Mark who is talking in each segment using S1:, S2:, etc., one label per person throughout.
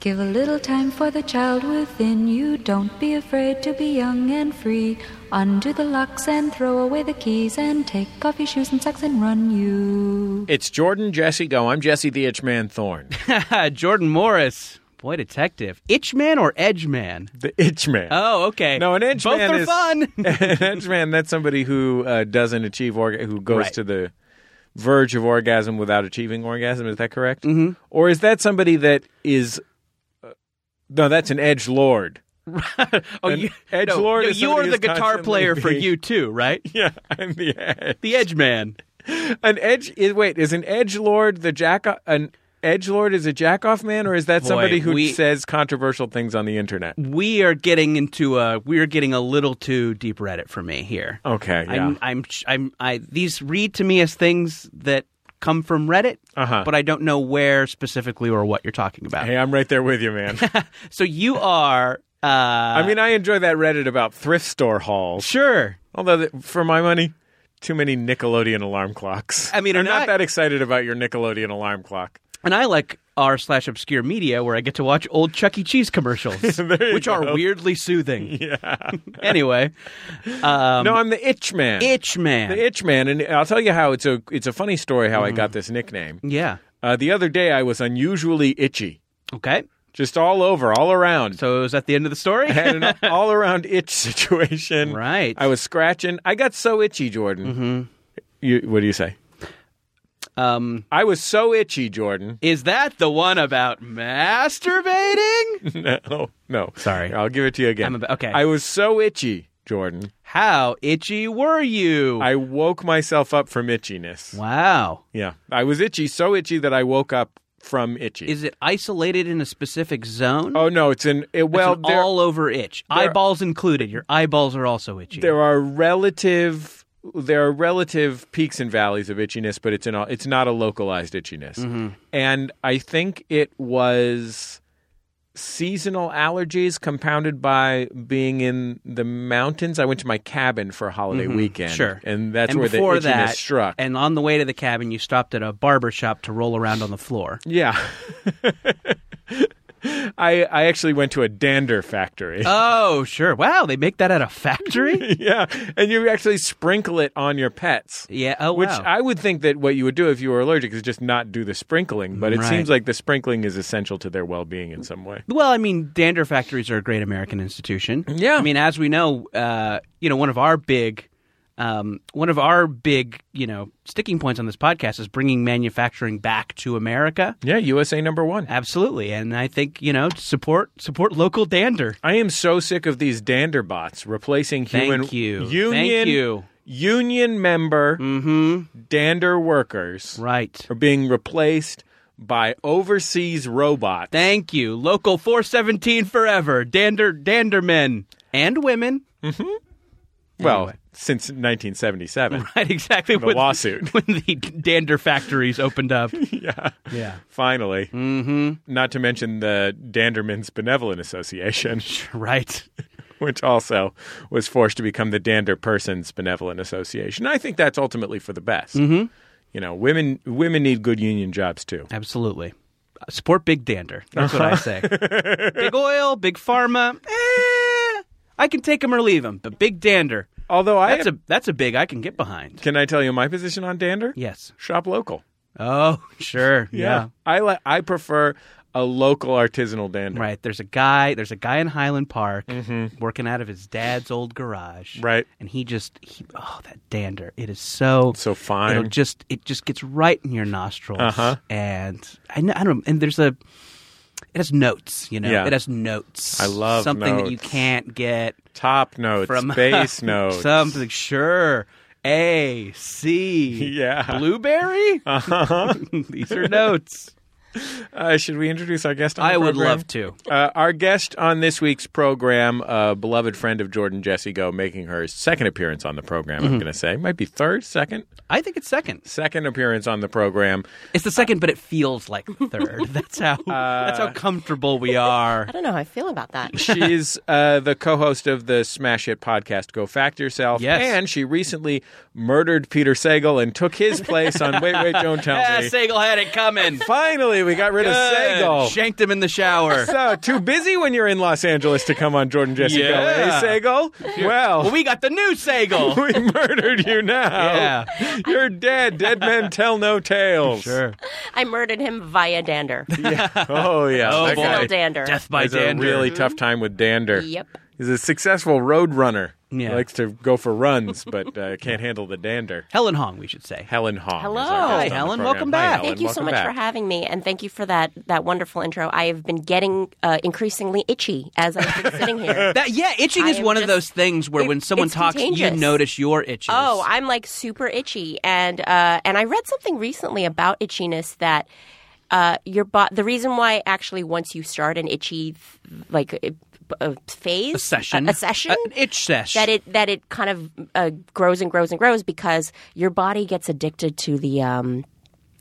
S1: Give a little time for the child within you. Don't be afraid to be young and free. Undo the locks and throw away the keys and take off your shoes and socks and run you.
S2: It's Jordan Jesse Go. I'm Jesse the Itchman Thorne.
S3: Jordan Morris. Boy, detective. Itchman or Edgeman?
S2: The Itchman.
S3: Oh, okay.
S2: No, an
S3: Both
S2: Itchman
S3: are
S2: is
S3: fun.
S2: an Itchman. That's somebody who uh, doesn't achieve orgasm, who goes
S3: Right.
S2: to the verge of orgasm without achieving orgasm. Is that correct? Mm-hmm. Or is that somebody that is? uh, no, that's an edge lord.
S3: oh,
S2: an edgelord
S3: no,
S2: is
S3: you
S2: somebody
S3: are the
S2: who's
S3: guitar
S2: constantly
S3: player for
S2: being-
S3: you too, right?
S2: Yeah, I'm the edge.
S3: The Edgeman.
S2: An edge is wait is an edge lord the jack an edge lord is a jack off man or is that
S3: Boy,
S2: somebody who
S3: we-
S2: says controversial things on the internet?
S3: We are getting into a we are getting a little too deep Reddit for me here.
S2: Okay, yeah,
S3: I'm, I'm, I'm, I. These read to me as things that come from Reddit,
S2: Uh-huh.
S3: but I don't know where specifically or what you're talking about.
S2: hey, I'm right there with you, man.
S3: So you are. Uh,
S2: I mean, I enjoy that Reddit about thrift store hauls.
S3: sure.
S2: Although, th- for my money, too many Nickelodeon alarm clocks.
S3: I mean,
S2: I'm
S3: and
S2: not
S3: I-
S2: that excited about your Nickelodeon alarm clock.
S3: And I like r slash obscure media where I get to watch old Chuck E. Cheese commercials,
S2: you
S3: which are weirdly soothing. Yeah. anyway, um,
S2: no, I'm the Itch Man.
S3: itch man.
S2: The Itch Man, and I'll tell you how it's a it's a funny story how I
S3: Mm.
S2: got this nickname.
S3: yeah.
S2: Uh, the other day, I was unusually itchy,
S3: Okay.
S2: just all over, all around.
S3: So is that the end of the story?
S2: I had an all around itch situation.
S3: Right. Mm-hmm.
S2: I was scratching. I got so itchy, Jordan. You, what do you say?
S3: um,
S2: I was so itchy, Jordan.
S3: is that the one about masturbating?
S2: no, no.
S3: Sorry.
S2: I'll give it to you again.
S3: I'm ab- okay.
S2: I was so itchy, Jordan.
S3: How itchy were you?
S2: I woke myself up from itchiness.
S3: wow.
S2: Yeah. I was itchy, so itchy that I woke up from itchy.
S3: Is it isolated in a specific zone?
S2: oh, no. It's an, it,
S3: It's
S2: well,
S3: an
S2: there,
S3: all over itch. Eyeballs included. Your eyeballs are also itchy.
S2: there are relative. There are relative peaks and valleys of itchiness, but it's an, it's not a localized itchiness.
S3: Mm-hmm.
S2: And I think it was seasonal allergies compounded by being in the mountains. I went to my cabin for a holiday weekend.
S3: Mm-hmm. Sure.
S2: And that's
S3: and
S2: where the
S3: before
S2: itchiness
S3: that,
S2: struck.
S3: And on the way to the cabin, you stopped at a barber shop to roll around on the floor.
S2: Yeah. I I actually went to a dander factory.
S3: Oh, sure. Wow, they make that at a factory?
S2: yeah, and you actually sprinkle it on your pets.
S3: yeah. Oh,
S2: Which
S3: wow.
S2: I would think that what you would do if you were allergic is just not do the sprinkling, but it
S3: Right.
S2: seems like the sprinkling is essential to their well-being in some way.
S3: Well, I mean, dander factories are a great American institution.
S2: Yeah.
S3: I mean, as we know, uh, you know, one of our big, um, one of our big, you know, sticking points on this podcast is bringing manufacturing back to America.
S2: Yeah, USA number 1.
S3: Absolutely, and I think you know, support support local dander.
S2: I am so sick of these dander bots replacing
S3: Thank
S2: human
S3: you.
S2: union
S3: Thank you. Mm-hmm.
S2: union member dander workers
S3: Right.
S2: are being replaced by overseas robots.
S3: Thank you, local four seventeen forever dander dander men and women.
S2: Mm-hmm. Well, since 1977,
S3: Right. Exactly.
S2: the lawsuit.
S3: when the dander factories opened up.
S2: yeah,
S3: yeah.
S2: finally. Mm-hmm. Not to mention the Danderman's Benevolent Association,
S3: Right.
S2: which also was forced to become the Dander Persons Benevolent Association. I think that's ultimately for the best. Mm-hmm. You know, women women need good union jobs too.
S3: Absolutely. Uh, Support Big Dander. That's what
S2: Uh-huh.
S3: I say. big oil, big pharma. eh, I can take 'em or leave 'em, but Big Dander.
S2: Although I
S3: That's a that's a big I can get behind.
S2: can I tell you my position on Dander?
S3: Yes.
S2: Shop local.
S3: Oh, sure. Yeah.
S2: I li- I prefer a local artisanal dander.
S3: Right. There's a guy. There's a guy in Highland Park working out of his dad's old garage.
S2: Mm-hmm. Right.
S3: And he just he, oh that dander. It is so
S2: So fine.
S3: It'll just it just gets right in your nostrils.
S2: Uh-huh.
S3: And I know I don't and there's a it has notes, you know.
S2: Yeah.
S3: It has notes.
S2: I love
S3: something that you
S2: notes.
S3: can't get
S2: Top notes,
S3: from
S2: base notes.
S3: Something sure. A C
S2: Yeah. Uh-huh.
S3: blueberry. These are notes.
S2: Uh, should we introduce our guest? On
S3: I
S2: the
S3: would
S2: program?
S3: love to.
S2: Uh, our guest on this week's program, a beloved friend of Jordan Jesse Go, making her second appearance on the program.
S3: Mm-hmm.
S2: I'm going to say might be third, second,
S3: I think it's second.
S2: second appearance on the program.
S3: It's the second, but it feels like the third. That's how that's how comfortable we are.
S4: I don't know how I feel about that.
S2: She's uh, the co-host of the smash hit podcast "Go Fact Yourself,"
S3: Yes.
S2: and she recently murdered Peter Sagal and took his place on Wait Wait Don't Tell
S3: Ah,
S2: Me.
S3: Sagal had it coming.
S2: Finally, we got rid of Segal.
S3: Shanked him in the shower.
S2: so too busy when you're in Los Angeles to come on Jordan Jesse Go,
S3: Yeah.
S2: eh, Segal? Well,
S3: well, we got the new Oh. Segal.
S2: we murdered you now.
S3: Yeah.
S2: You're dead. Dead men tell no tales.
S4: I murdered him via dander.
S2: Oh yeah.
S3: Oh,
S2: that
S3: boy.
S4: Accidental
S2: guy
S4: dander.
S3: Death Oh, by
S2: has
S3: dander.
S2: a really tough time with dander.
S4: Yep.
S2: He's a successful road runner. He
S3: Yeah.
S2: likes to go for runs, but uh, can't handle the dander.
S3: Helen Hong, we should say.
S2: Helen Hong.
S4: Hello.
S2: is our guest
S4: Hi,
S2: on the
S3: Helen.
S2: program.
S3: Welcome
S2: Hi,
S3: back.
S2: Helen.
S4: Thank you so
S2: Welcome
S4: much
S2: back.
S4: for having me, and thank you for that that wonderful intro. I have been getting uh, increasingly itchy as I've been sitting here.
S3: That yeah, itching
S4: I
S3: is
S4: am
S3: one of
S4: just-
S3: those things where
S4: it-
S3: when someone
S4: it's
S3: talks, you
S4: contagious.
S3: notice your itches.
S4: Oh, I'm like super itchy, and uh, and I read something recently about itchiness that uh, your bo- the reason why actually once you start an itchy like a, a phase
S3: a session, Uh,
S4: a, a session
S3: an itch sesh.
S4: that it that it kind of uh, grows and grows and grows because your body gets addicted to the um,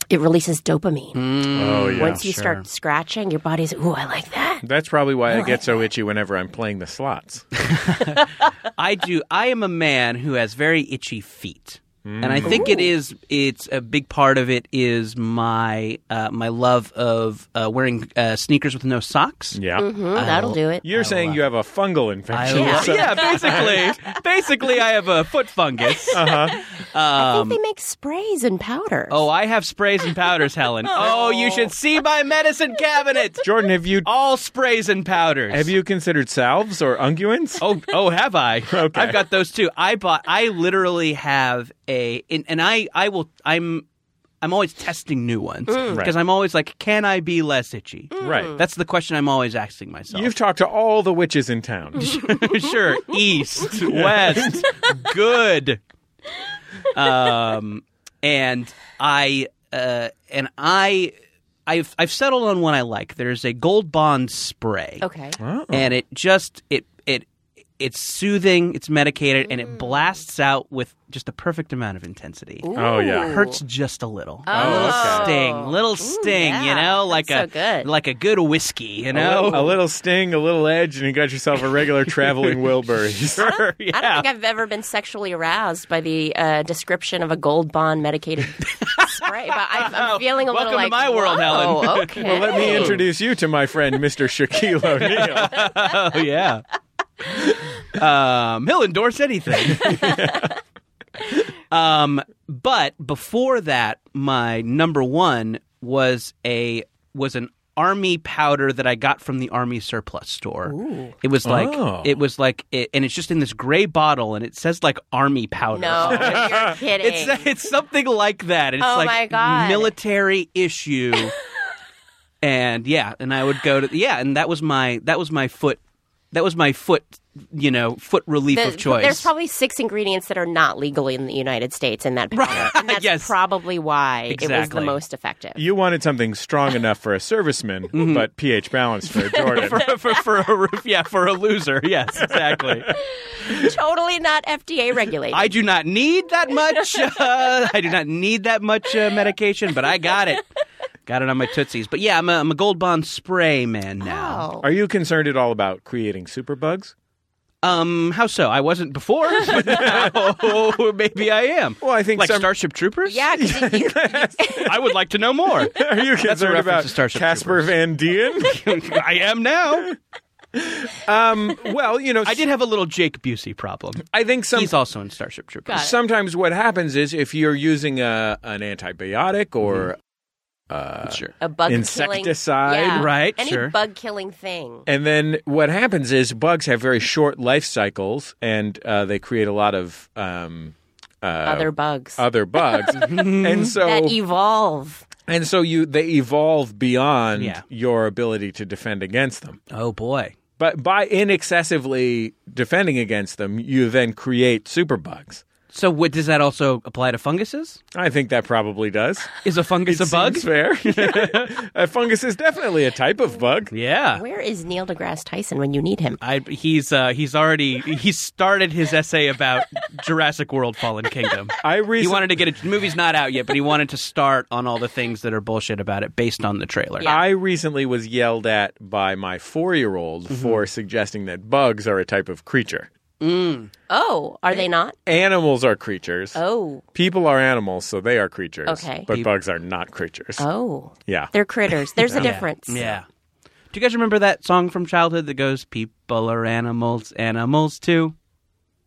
S4: it releases dopamine.
S2: Oh yeah.
S4: Once you start scratching, your body's ooh, I like that.
S2: That's probably why I get so itchy whenever I'm playing the slots.
S3: I do. I am a man who has very itchy feet, and I think it is. It's a big part of it is my uh, my love of uh, wearing uh, sneakers with no socks.
S2: Yeah.
S4: Mm, that'll do it.
S2: Mm-hmm. You're saying you have a fungal
S3: I
S2: infection.
S3: love-
S2: So-
S3: yeah, basically, basically, I have a foot fungus.
S4: I think they make sprays and powders.
S3: Um, Oh, I have sprays and powders, Helen. Oh, you should see my medicine cabinet.
S2: Jordan, have you
S3: All sprays and powders.
S2: have you considered salves or unguents?
S3: Oh, oh, have I? okay. I've got those too. I bought. I literally have a, and, and I, I will. I'm, I'm always testing new ones because
S2: Right.
S3: I'm always like, can I be less itchy?
S2: Right.
S3: That's the question I'm always asking myself.
S2: You've talked to all the witches in town.
S3: sure, east, west, good. Um, and I, uh, and I. I've, I've settled on one I like. There's a Gold Bond spray
S4: okay.
S3: and it just it it it's soothing, it's medicated, and it blasts out with just the perfect amount of intensity.
S2: Oh, yeah.
S4: Mm. Ooh.
S3: Hurts just a little, a
S4: Oh.
S3: little
S4: Okay.
S3: sting, little sting, you
S4: yeah.
S3: know, like a
S4: That's so good. Oh,
S3: like a good whiskey, you
S2: A
S3: know.
S2: little- a little sting, a little edge, and you got yourself a regular traveling Wilburys.
S3: Sure,
S4: I don't
S3: yeah.
S4: think I've ever been sexually aroused by the uh, description of a gold bond medicated spray, but I, I'm feeling a
S3: Welcome
S4: little
S3: to
S4: like
S3: my world,
S4: "Whoa,
S3: Helen."
S4: Okay.
S2: Well, let me introduce you to my friend, Mr. Shaquille O'Neal.
S3: oh yeah. um, he'll endorse anything. um, but before that, my number one was a was an army powder that I got from the army surplus store. It was like
S2: Oh.
S3: it was like it, and it's just in this gray bottle, and it says like army powder.
S4: No, you're kidding.
S3: It's it's something like that. It's
S4: Oh,
S3: like
S4: my God.
S3: military issue. and yeah, and I would go to yeah, and that was my that was my foot that was my foot you know, foot relief
S4: The-
S3: of choice.
S4: There's probably six ingredients that are not legal in the United States in that powder, and that's
S3: Yes.
S4: probably why it was the
S3: Exactly.
S4: most effective.
S2: You wanted something strong enough for a serviceman,
S3: Mm-hmm.
S2: but pH balanced for a Jordan.
S3: for, for, for a yeah for a loser yes exactly
S4: totally not FDA regulated.
S3: I do not need that much uh, I do not need that much uh, medication but I got it got it on my tootsies but yeah I'm a, I'm a gold bond spray man now
S4: Oh.
S2: Are you concerned at all about creating superbugs?
S3: Um, how so? I wasn't before, but now maybe I am.
S2: Well, I think
S3: like
S2: some-
S3: Starship Troopers.
S4: Yeah, 'cause you-
S3: I would like to know more.
S2: Are you concerned
S3: reference
S2: about
S3: to Starship
S2: Casper
S3: Troopers.
S2: Van Dien?
S3: I am now.
S2: um, well, you know,
S3: I did have a little Jake Busey problem.
S2: I think some
S3: He's also in Starship Troopers.
S4: Got it.
S2: sometimes what happens is if you're using a, an antibiotic
S3: Mm-hmm.
S2: or uh,
S3: Sure.
S4: a bug
S2: Insecticide,
S4: killing, yeah.
S3: right,
S4: Any
S3: sure.
S4: bug killing thing.
S2: and then what happens is bugs have very short life cycles and uh, they create a lot of um, uh,
S4: Other bugs
S2: other bugs, and
S4: that
S3: oh.
S2: so
S4: evolve.
S2: and so you they evolve beyond
S3: Yeah.
S2: your ability to defend against them.
S3: Oh boy.
S2: But by in excessively defending against them, you then create superbugs.
S3: So what does that also apply to funguses?
S2: I think that probably does.
S3: Is a fungus a bug?
S2: Seems fair. a fungus is definitely a type of bug.
S3: yeah.
S4: Where is Neil deGrasse Tyson when you need him?
S3: I, he's uh, he's already he started his essay about Jurassic World Fallen Kingdom.
S2: I
S3: He
S2: recently
S3: wanted to get it. The movie's not out yet, but he wanted to start on all the things that are bullshit about it based on the trailer.
S4: Yeah.
S2: I recently was
S4: Mm-hmm.
S2: yelled at by my four year old for suggesting that bugs are a type of creature.
S4: Oh, are they not?
S2: Animals are creatures.
S4: Oh,
S2: People are animals, so they are creatures.
S4: Okay.
S2: But bugs are not creatures.
S4: oh,
S2: Yeah.
S4: they're critters. There's a
S3: Yeah.
S4: difference.
S3: Yeah. Do you guys remember that song from childhood that goes, People are animals, animals too?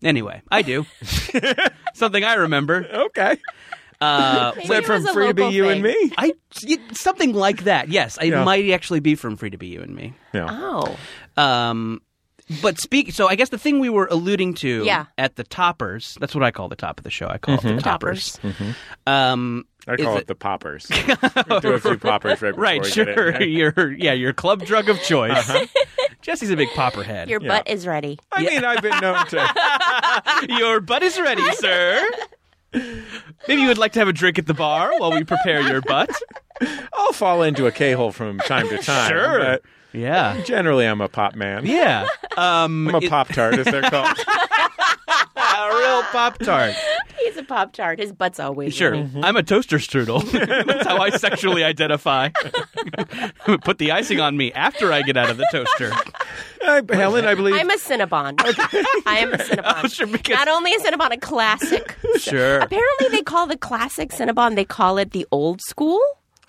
S3: Anyway, I do. Something I remember.
S2: Okay.
S3: Uh,
S4: Maybe
S2: Is that
S4: it
S2: from
S4: was a
S2: Free to Be
S4: local
S2: You and
S4: thing.
S2: Me?
S3: I it- something like that. Yes, it
S2: Yeah.
S3: might actually be from Free to Be You and Me.
S2: Yeah.
S4: Oh,
S3: Um, but speak. So I guess the thing we were alluding to
S4: Yeah.
S3: at the toppers. That's what I call the top of the show. I call it the toppers.
S2: Mm-hmm.
S3: Um,
S2: I
S3: is
S2: call it,
S3: it-
S2: the poppers. Do a few poppers right Uh-huh. before
S3: right.
S2: we get
S3: Sure.
S2: in.
S3: your yeah. Your club drug of choice. Jesse's a big popperhead.
S4: your butt is ready.
S2: I mean, I've been known to.
S3: Your butt is ready, sir. Maybe you would like to have a drink at the bar while we prepare your butt.
S2: I'll fall into a K hole from time to time.
S3: Sure.
S2: but
S3: Yeah.
S2: Generally, I'm a pop man.
S3: Yeah. Um,
S2: I'm a
S3: it-
S2: pop tart, as they're called.
S3: a real pop tart.
S4: He's a pop tart. His butt's always
S3: Sure.
S4: ready.
S3: I'm a toaster strudel. That's how I sexually identify. Put the icing on me after I get out of the toaster.
S2: I, Uh, Helen, I believe.
S4: I'm a Cinnabon. I am a Cinnabon.
S3: Sure, because-
S4: Not only is Cinnabon a classic,
S3: Sure.
S4: apparently they call the classic Cinnabon. They call it the old school.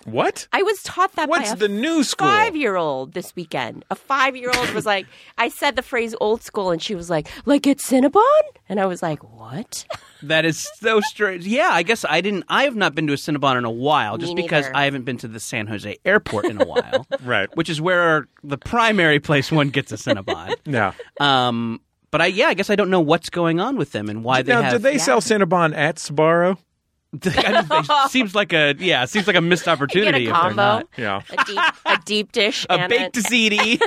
S2: what?
S4: I was taught that
S2: What's
S4: by a
S2: the new school?
S4: five-year-old this weekend. A five-year-old was like, I said the phrase "old school," and she was like, "Like it's Cinnabon," and I was like, "What?"
S3: That is so strange. Yeah, I guess I didn't. I have not been to a Cinnabon in a while, just
S4: Me
S3: because
S4: neither.
S3: I haven't been to the San Jose airport in a while,
S2: Right.
S3: which is where the primary place one gets a Cinnabon.
S2: No.
S3: Um, but I, yeah, I guess I don't know what's going on with them and why they
S2: now,
S3: have.
S2: do they sell Cinnabon at Sbarro?
S3: I mean, they- seems like a yeah, seems like a missed
S4: Get
S3: opportunity. If
S4: a
S3: they're
S4: combo,
S3: not.
S2: Yeah.
S4: a deep, a deep dish,
S3: A
S4: and
S3: baked ziti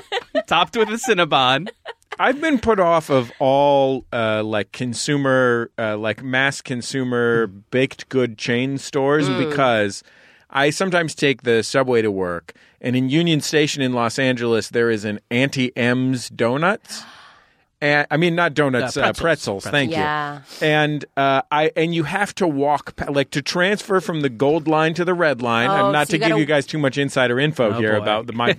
S3: topped with a Cinnabon.
S2: I've been put off of all uh, like consumer, uh, like mass consumer baked good chain stores
S4: Mm.
S2: because I sometimes take the subway to work, and in Union Station in Los Angeles, there is an Auntie M's Donuts. And, I mean, not donuts,
S3: Uh,
S2: uh, pretzels.
S3: pretzels. Pretzels.
S2: Thank you.
S4: yeah,
S2: And uh, I and you have to walk pa- like to transfer from the gold line to the red line.
S4: Oh,
S2: and not
S4: so
S2: to
S4: you
S2: give
S4: gotta-
S2: you guys too much insider info
S3: Oh,
S2: here
S3: boy.
S2: about the, my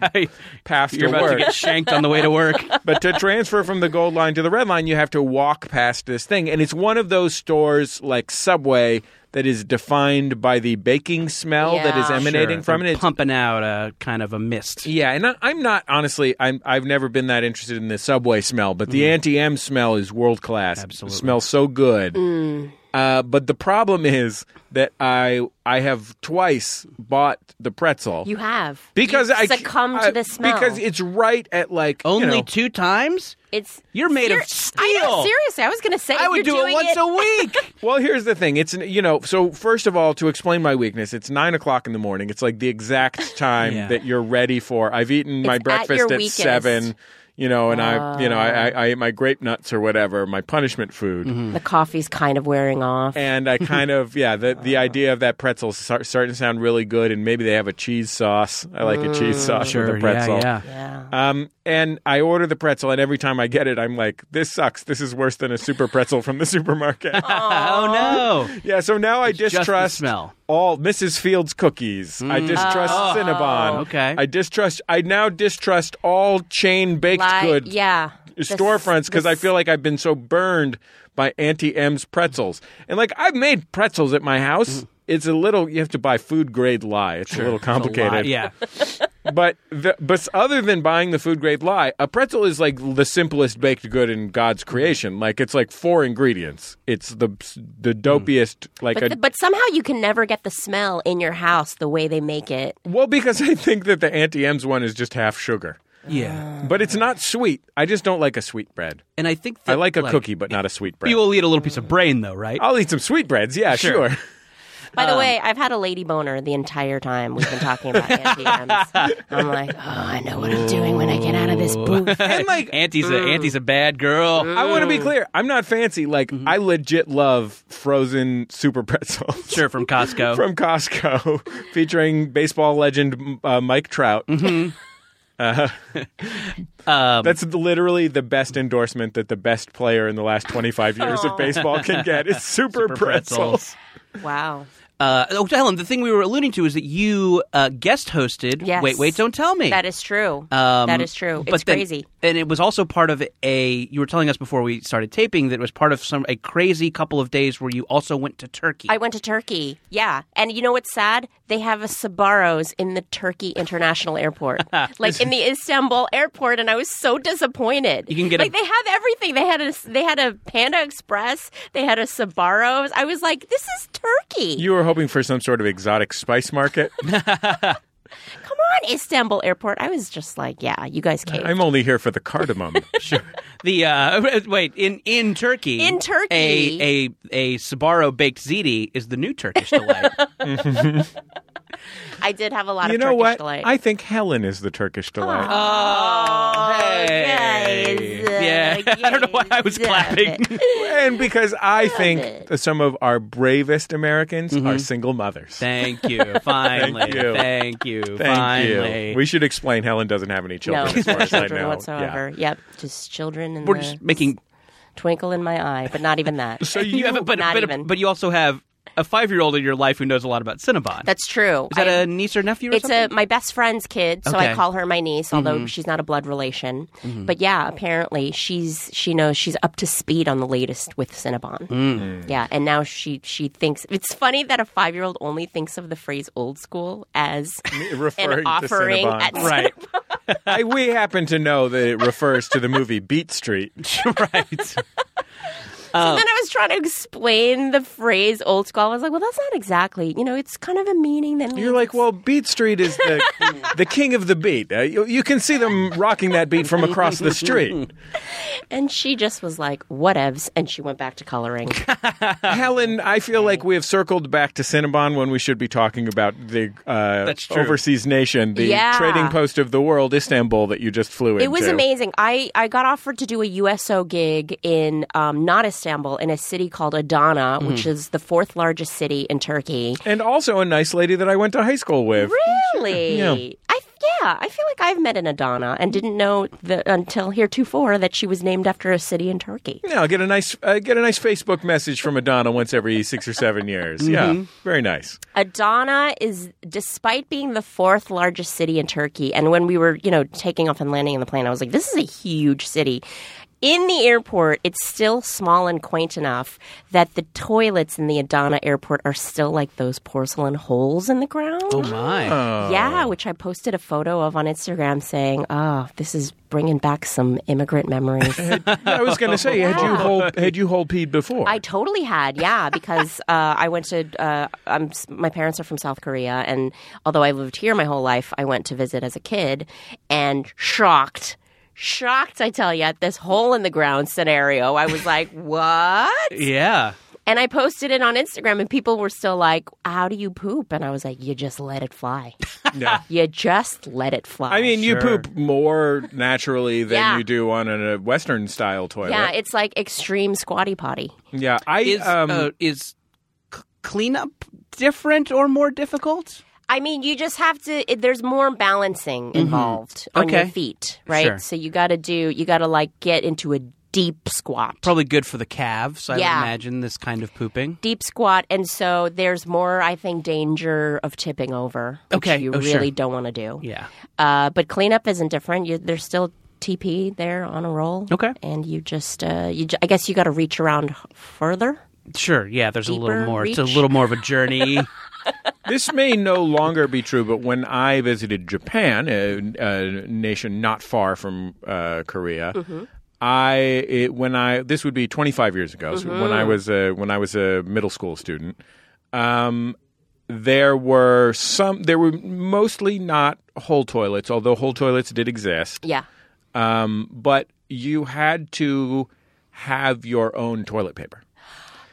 S2: path
S3: You're
S2: to
S3: about
S2: work
S3: to get shanked on the way to work.
S2: but to transfer from the gold line to the red line, you have to walk past this thing. And it's one of those stores like Subway that is defined by the baking smell that is
S4: Yeah.
S2: emanating
S3: Sure,
S2: from
S3: they're
S2: it. It's-
S3: pumping out a kind of a mist.
S2: yeah, and I, I'm not honestly. I'm, I've never been that interested in the subway smell, but the anti M smell is world class.
S3: Mm-hmm. Absolutely.
S2: it smells so good.
S4: Mm.
S2: Uh, but the problem is that I I have twice bought the pretzel
S4: you have
S2: because
S4: you
S2: I
S4: succumb
S3: uh,
S2: I-
S4: to the smell
S2: because it's right at like you
S3: Only
S2: know,
S3: two times?
S4: it's
S3: You're made of
S4: I know,
S3: steel.
S4: seriously, I was gonna say
S3: I
S4: if
S3: would
S4: you're
S3: do it
S4: doing
S3: once a week.
S2: Well, here's the thing. It's you know. So first of all, to explain my weakness, it's nine o'clock in the morning. It's like the exact time
S3: Yeah.
S2: that you're ready for. I've eaten my
S4: at
S2: breakfast
S4: your
S2: at
S4: weakest. Oh.
S2: seven. You know, and I, you know, I, I, I ate my grape nuts or whatever, my punishment food,
S4: The coffee's kind of wearing off.
S2: and I kind of, yeah, the the idea of that pretzel is start, starting to sound really good, and maybe they have a cheese sauce. I like a cheese sauce with a pretzel.
S4: yeah.
S2: Um, and I order the pretzel, and every time I get it, I'm like, this sucks. This is worse than a super pretzel from the supermarket.
S3: Oh no.
S2: Yeah, so now I
S3: just the
S2: distrust
S3: smell. Mm. Oh.
S2: all Mrs. Fields cookies. I distrust Cinnabon.
S3: Okay.
S2: I distrust. I now distrust all chain baked
S4: Like-
S2: good
S4: yeah. The s-
S2: storefronts because
S4: the
S2: I feel like I've been so burned by Auntie M's pretzels. And like I've made pretzels at my
S3: Mm.
S2: house. It's a little. You have to buy food grade lye. It's a little complicated.
S3: Yeah.
S2: But the, but other than buying the food grade lye, a pretzel is like the simplest baked good in God's creation. Like it's like four ingredients. It's the the
S3: Mm.
S2: dopiest. Like
S4: But,
S2: a,
S4: th- but somehow you can never get the smell in your house the way they make it.
S2: Well, because I think that the Auntie M's one is just half sugar,
S3: Yeah.
S2: but it's not sweet. I just don't like a sweet bread.
S3: And I think that,
S2: I like a cookie, but not a sweet bread. Oh,
S3: You will eat a little piece of brain though, right?
S2: I'll eat some sweetbreads. Yeah,
S3: Sure.
S2: sure.
S4: By
S2: Um.
S4: the way, I've had a lady boner the entire time we've been talking about anti I'm like, oh, I know what I'm doing when I get out of this booth.
S2: and like, mm.
S3: Auntie's a Auntie's a bad girl.
S4: Mm.
S2: I want to be clear. I'm not fancy. Like,
S3: Mm-hmm.
S2: I legit love frozen super pretzels.
S3: Sure, from Costco.
S2: From Costco, featuring baseball legend uh, Mike Trout.
S3: Mm-hmm. um,
S2: That's literally the best endorsement that the best
S3: Oh.
S2: player in the last 25 years of baseball can get. Is super,
S3: pretzels.
S2: pretzels.
S4: Wow.
S3: Uh, oh, Helen, the thing we were alluding to is that you uh, guest hosted.
S4: Yes.
S3: Wait, wait, don't tell me.
S4: That is true.
S3: Um,
S4: that is true.
S3: but
S4: It's
S3: then-
S4: crazy.
S3: And it was also part of a. You were telling us before we started taping that it was part of some a crazy couple of days where you also went to Turkey.
S4: I went to Turkey. Yeah. And you know what's sad? They have a Sabaros in the Turkey International Airport. like in the Istanbul airport and I was so disappointed.
S3: You can get a-
S4: Like they have everything. They had a they had a Panda Express, they had a Sabaros. I was like, this is Turkey.
S2: You were hoping for some sort of exotic spice market.
S4: Come on, Istanbul airport. I was just like, yeah, you guys came.
S2: I'm only here for the cardamom. sure.
S3: the uh, wait in in Turkey
S4: In Turkey.
S3: a a a Sbarro baked ziti is the new Turkish delight.
S4: Oh, I did have a lot
S2: You
S4: of
S2: know
S4: Turkish
S2: what?
S4: delight.
S2: I think Helen is the Turkish delight.
S3: oh,
S4: guys.
S3: yeah. I don't know why I was
S4: Guys.
S3: clapping.
S2: and because I think
S4: Oh. it. Mm-hmm.
S2: that some of our bravest Americans are single mothers.
S3: Thank you. Finally.
S2: Thank you.
S3: Thank you.
S2: Thank
S3: Finally.
S2: you. We should explain Helen doesn't have any
S4: no,
S2: children as far as I
S4: children
S2: know.
S4: whatsoever. Yep, just children and
S3: We're just making.
S4: twinkle in my eye, but not even that.
S2: So
S3: You
S2: you,
S3: have, a- but
S4: Not
S3: but,
S4: even.
S3: but you also have a five year old in your life who knows a lot about Cinnabon.
S4: That's true.
S3: Is that
S4: I-
S3: a niece or nephew or
S4: it's
S3: something?
S4: a my best friend's kid, so
S3: Okay. Mm-hmm.
S4: I call her my niece, although she's not a blood relation. But yeah, apparently she's she knows she's up to speed on the latest with
S3: Mm.
S4: Cinnabon. Yeah, and now she she thinks it's funny that a five year old only thinks of the phrase old school as
S2: referring
S4: an offering
S2: to Cinnabon.
S4: at
S3: right.
S2: I, we happen to know that it refers to the movie Beat Street.
S3: right.
S4: And
S3: Oh.
S4: I was trying to explain the phrase old school. I was like, well, that's not exactly, you know, it's kind of a meaning that
S2: You're like, well, Beat Street is the the king of the beat. Uh, you, you can see them rocking that beat from across the street.
S4: And she just was like, whatevs. And she went back to coloring.
S2: Helen, I feel like we have circled back to Cinnabon when we should be talking about the uh,
S3: That's true.
S2: overseas nation, the
S4: Yeah.
S2: trading post of the world, Istanbul, that you just flew into.
S4: it was amazing. I, I got offered to do a USO gig in um, not Istanbul, in a city called Adana, which is the fourth largest city in Turkey.
S2: And also a nice lady that I went to high school with.
S4: Really?
S2: Yeah.
S4: I yeah, I feel like I've met an Adana and didn't know the, until heretofore that she was named after a city in Turkey.
S2: Yeah, I'll get a nice uh, get a nice Facebook message from Adana once every six or seven years.
S3: Mm-hmm.
S2: Yeah, very nice.
S4: Adana is, despite being the fourth largest city in Turkey, and when we were, you know, taking off and landing on the plane, I was like, this is a huge city. In the airport, it's still small and quaint enough that the toilets in the Adana airport are still like those porcelain holes in the ground.
S3: Oh my.
S4: Yeah, which I posted a photo of on Instagram saying, oh, this is bringing back some immigrant memories.
S2: I was going to say, had you whole had you whole peed before?
S4: I totally had, yeah, because uh, I went to. Uh, I'm my parents are from South Korea, and although I lived here my whole life, I went to visit as a kid, and shocked. Shocked, I tell you, at this hole in the ground scenario. I was like, what?
S3: Yeah.
S4: And I posted it on Instagram, and people were still like, how do you poop? And I was like, you just let it fly.
S2: Yeah.
S4: You just let it fly.
S2: I mean, you
S3: Sure.
S2: poop more naturally than
S4: Yeah.
S2: you do on a Western style toilet.
S4: yeah, it's like extreme squatty potty.
S2: Yeah, I
S3: Is
S2: um,
S3: uh, is c- cleanup different or more difficult?
S4: I mean, you just have to. It, there's more balancing involved on
S3: Mm-hmm. Okay.
S4: your feet, right?
S3: Sure.
S4: So you got to do. You got to like get into a deep squat,
S3: Probably good for the calves. I
S4: Yeah.
S3: would imagine this kind of pooping.
S4: deep squat, and so there's more. I think danger of tipping over. Which
S3: Okay.
S4: you
S3: Oh, sure.
S4: really don't want to do.
S3: Yeah.
S4: Uh, but cleanup isn't different. You, there's still TP there on a roll.
S3: Okay.
S4: and you just. Uh, you. ju- I guess you got to reach around h- further.
S3: Sure. Yeah. There's a little
S4: Deeper
S3: more. It's a
S4: reach.
S3: little more of a journey.
S2: this may no longer be true, but when I visited Japan, a, a nation not far from uh, Korea, I it, when I this would be 25 years ago, so when I was a, when I was a middle school student, um, there were some there were mostly not whole toilets, although whole toilets did exist,
S4: Yeah.
S2: um, but you had to have your own toilet paper.
S3: Mm.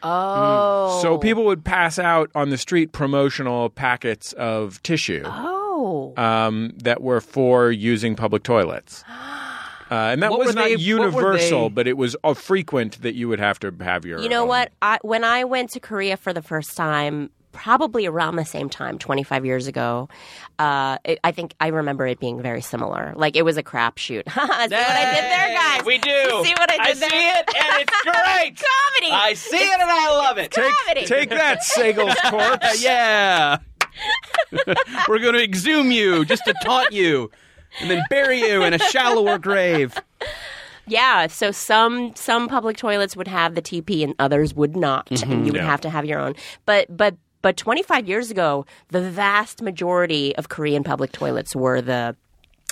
S4: Oh.
S2: So people would pass out on the street promotional packets of tissue
S4: Oh.
S2: um, that were for using public toilets. Uh, and that
S3: What were
S2: was not
S3: they- what were
S2: universal,
S3: they-
S2: but it was uh, frequent that you would have to have your.
S4: You know
S2: own.
S4: what? I, when I went to Korea for the first time, probably around the same time, 25 years ago. Uh, it, I think I remember it being very similar. Like it was a crapshoot. see what I did there, guys?
S3: We do.
S4: You see what I did
S3: I
S4: there?
S3: see it, and it's great.
S4: Comedy.
S3: I see it, and I love it.
S4: Comedy.
S2: Take that, Segal's corpse.
S3: Uh, Yeah. We're going to exhume you just to taunt you and then bury you in a shallower grave.
S4: Yeah, so some some public toilets would have the TP and others would not,
S3: Mm-hmm.
S4: and you would have to have your own. But but but 25 years ago, the vast majority of Korean public toilets were the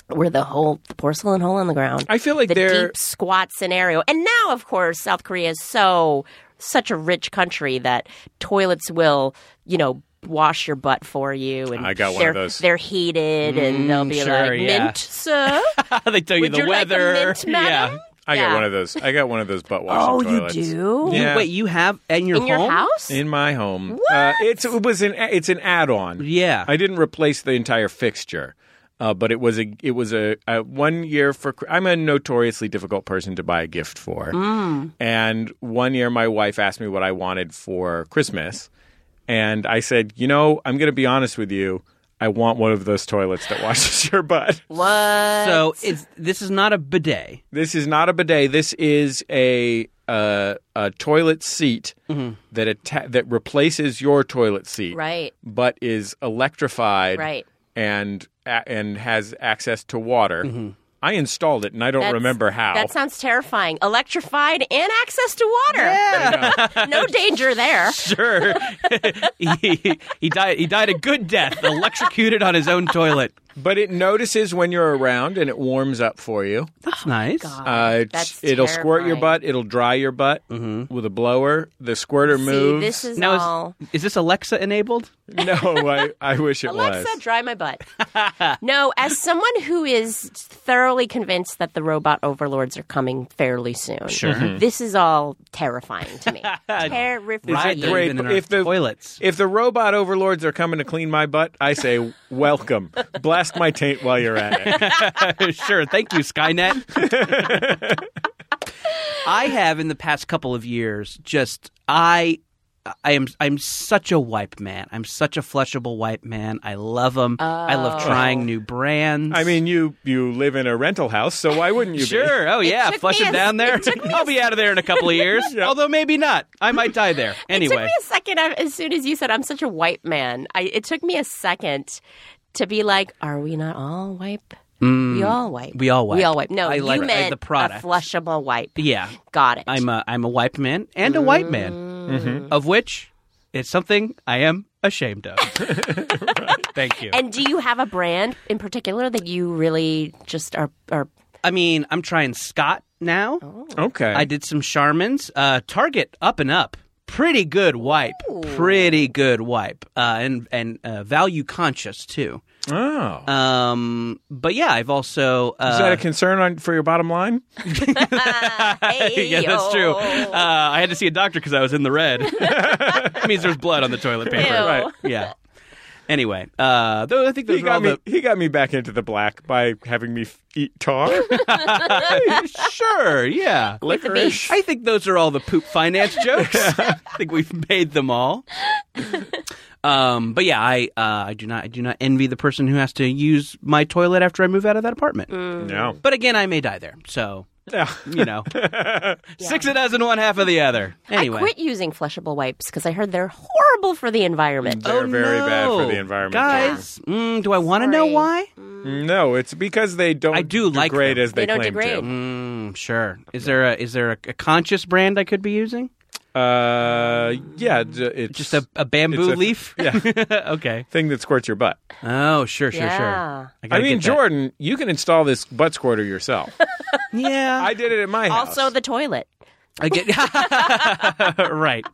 S4: were the hole the porcelain hole in the ground.
S2: I feel like
S4: the
S2: they're-
S4: deep squat scenario. And now, of course, South Korea is so such a rich country that toilets will you know. Wash your butt for you, and
S2: I got one of
S4: they're,
S2: those. Mm,
S4: They're heated, and they'll be
S3: sure,
S4: like,
S3: yeah.
S4: "Mint, sir."
S3: they tell you
S4: Would
S3: the
S4: you like a
S3: weather.
S4: mint, madam?
S3: Yeah.
S2: I got
S4: Yeah.
S2: one of those. I got one of those butt washing
S4: Oh,
S2: toilets.
S4: you do?
S2: Yeah.
S3: Wait, you have in your
S4: In your
S3: home?
S4: house?
S2: In my home, Uh, it's it was an it's an add-on.
S3: Yeah.
S2: I didn't replace the entire fixture, uh, but it was a it was a, a one year for. I'm a notoriously difficult person to buy a gift for, and one year my wife asked me what I wanted for Christmas, and I said, you know, I'm going to be honest with you, I want one of those toilets that washes your butt.
S4: What?
S3: So it's, this is not a bidet.
S2: This is not a bidet. This is a uh, a toilet seat that atta- that replaces your toilet seat,
S4: Right.
S2: But is electrified,
S4: Right.
S2: And a- and has access to water. I installed it, and I don't
S4: Mm-hmm. That's-
S2: remember how.
S4: That sounds terrifying. Electrified and access to water. no danger there.
S3: Sure. he, he died he died a good death, electrocuted on his own toilet.
S2: but it notices when you're around, and it warms up for you.
S3: That's nice.
S2: Uh, it's-
S4: That's
S2: it'll squirt your
S4: terrifying.
S2: butt. It'll dry your butt
S3: Mm-hmm.
S2: with a blower. The squirter
S4: See,
S2: moves.
S4: this is
S3: Now
S4: all.
S3: is, is this Alexa enabled?
S2: no, I, I wish it
S4: Alexa,
S2: was.
S4: dry my butt. no, as someone who is thoroughly convinced that the robot overlords are coming fairly soon, sure.
S2: Mm-hmm.
S4: this is all terrifying to me. terrifying.
S2: Is it
S3: They're
S2: great?
S3: even in our
S2: If the-
S3: toilets.
S2: If the robot overlords are coming to clean my butt, I say, welcome. Blast my taint while you're at it.
S3: sure. Thank you, Skynet. I have in the past couple of years just I I am I'm such a wipe man. I'm such a flushable wipe man. I love them. I love trying new brands.
S2: I mean, you you live in a rental house, so why wouldn't you be?
S3: Sure. Oh yeah.
S4: took
S3: Flush
S4: me
S3: them
S4: a-
S3: down there.
S4: it took me
S3: I'll be out of there in a couple of years. Although maybe not. I might die there.
S4: It took
S3: Anyway.
S4: me a second. I- As soon as you said, "I'm such a white man," I, it took me a second to be like, "Are we not all wipe? we all wipe.
S3: Mm. We all wipe.
S4: We all wipe." No,
S3: I
S4: you
S3: like- I-
S4: meant
S3: the product.
S4: a flushable wipe.
S3: yeah.
S4: Got it.
S3: I'm a I'm a white man and a white man. Of which it's something I am ashamed of. Thank you.
S4: and do you have a brand in particular that you really just are? are
S3: I mean, I'm trying Scott now.
S2: Okay.
S3: I did some Charmin's. Uh, Target up and up. Pretty good wipe. Pretty good wipe. Uh, and and uh, value conscious too.
S2: oh.
S3: Um, but yeah, I've also uh,
S2: is that a concern on, for your bottom line?
S3: yeah, that's true.
S4: Ayo.
S3: Uh, I had to see a doctor because I was in the red. it means there's blood on the toilet paper.
S4: Ew.
S2: Right.
S3: Yeah. Anyway, uh, though I think those
S2: He
S3: are
S2: got
S3: all
S2: me.
S3: the
S2: He got me back into the black by having me f- eat tar,
S3: sure. Yeah.
S2: licorice.
S3: I think those are all the poop finance jokes. I think we've made them all. Um, but yeah, I uh, I do not I do not envy the person who has to use my toilet after I move out of that apartment.
S4: Mm.
S2: No.
S3: But again, I may die there, so
S2: Yeah.
S3: you know, six of dozen, one half of the other. Anyway,
S4: I quit using flushable wipes because I heard they're horrible for the environment.
S2: They're
S3: Oh,
S2: very bad for
S3: no.
S2: the environment.
S3: guys. Mm, do I want to know
S4: Sorry.
S3: why?
S2: No, it's because they don't.
S3: I do like
S2: degrade
S3: them.
S2: as
S4: They
S2: they,
S4: don't
S2: claim
S4: degrade.
S3: Mm, sure. Is there a is there a, a conscious brand I could be using?
S2: to. Uh, yeah, d- it's
S3: Just a, a bamboo
S2: It's a-
S3: leaf?
S2: yeah.
S3: okay.
S2: thing that squirts your butt.
S3: Oh, sure, sure,
S4: Yeah.
S3: sure.
S2: I
S3: gotta
S2: mean,
S3: get that.
S2: Jordan, you can install this butt squirter yourself.
S3: Yeah.
S2: I did it at my house.
S4: Also, the toilet.
S3: Again, right.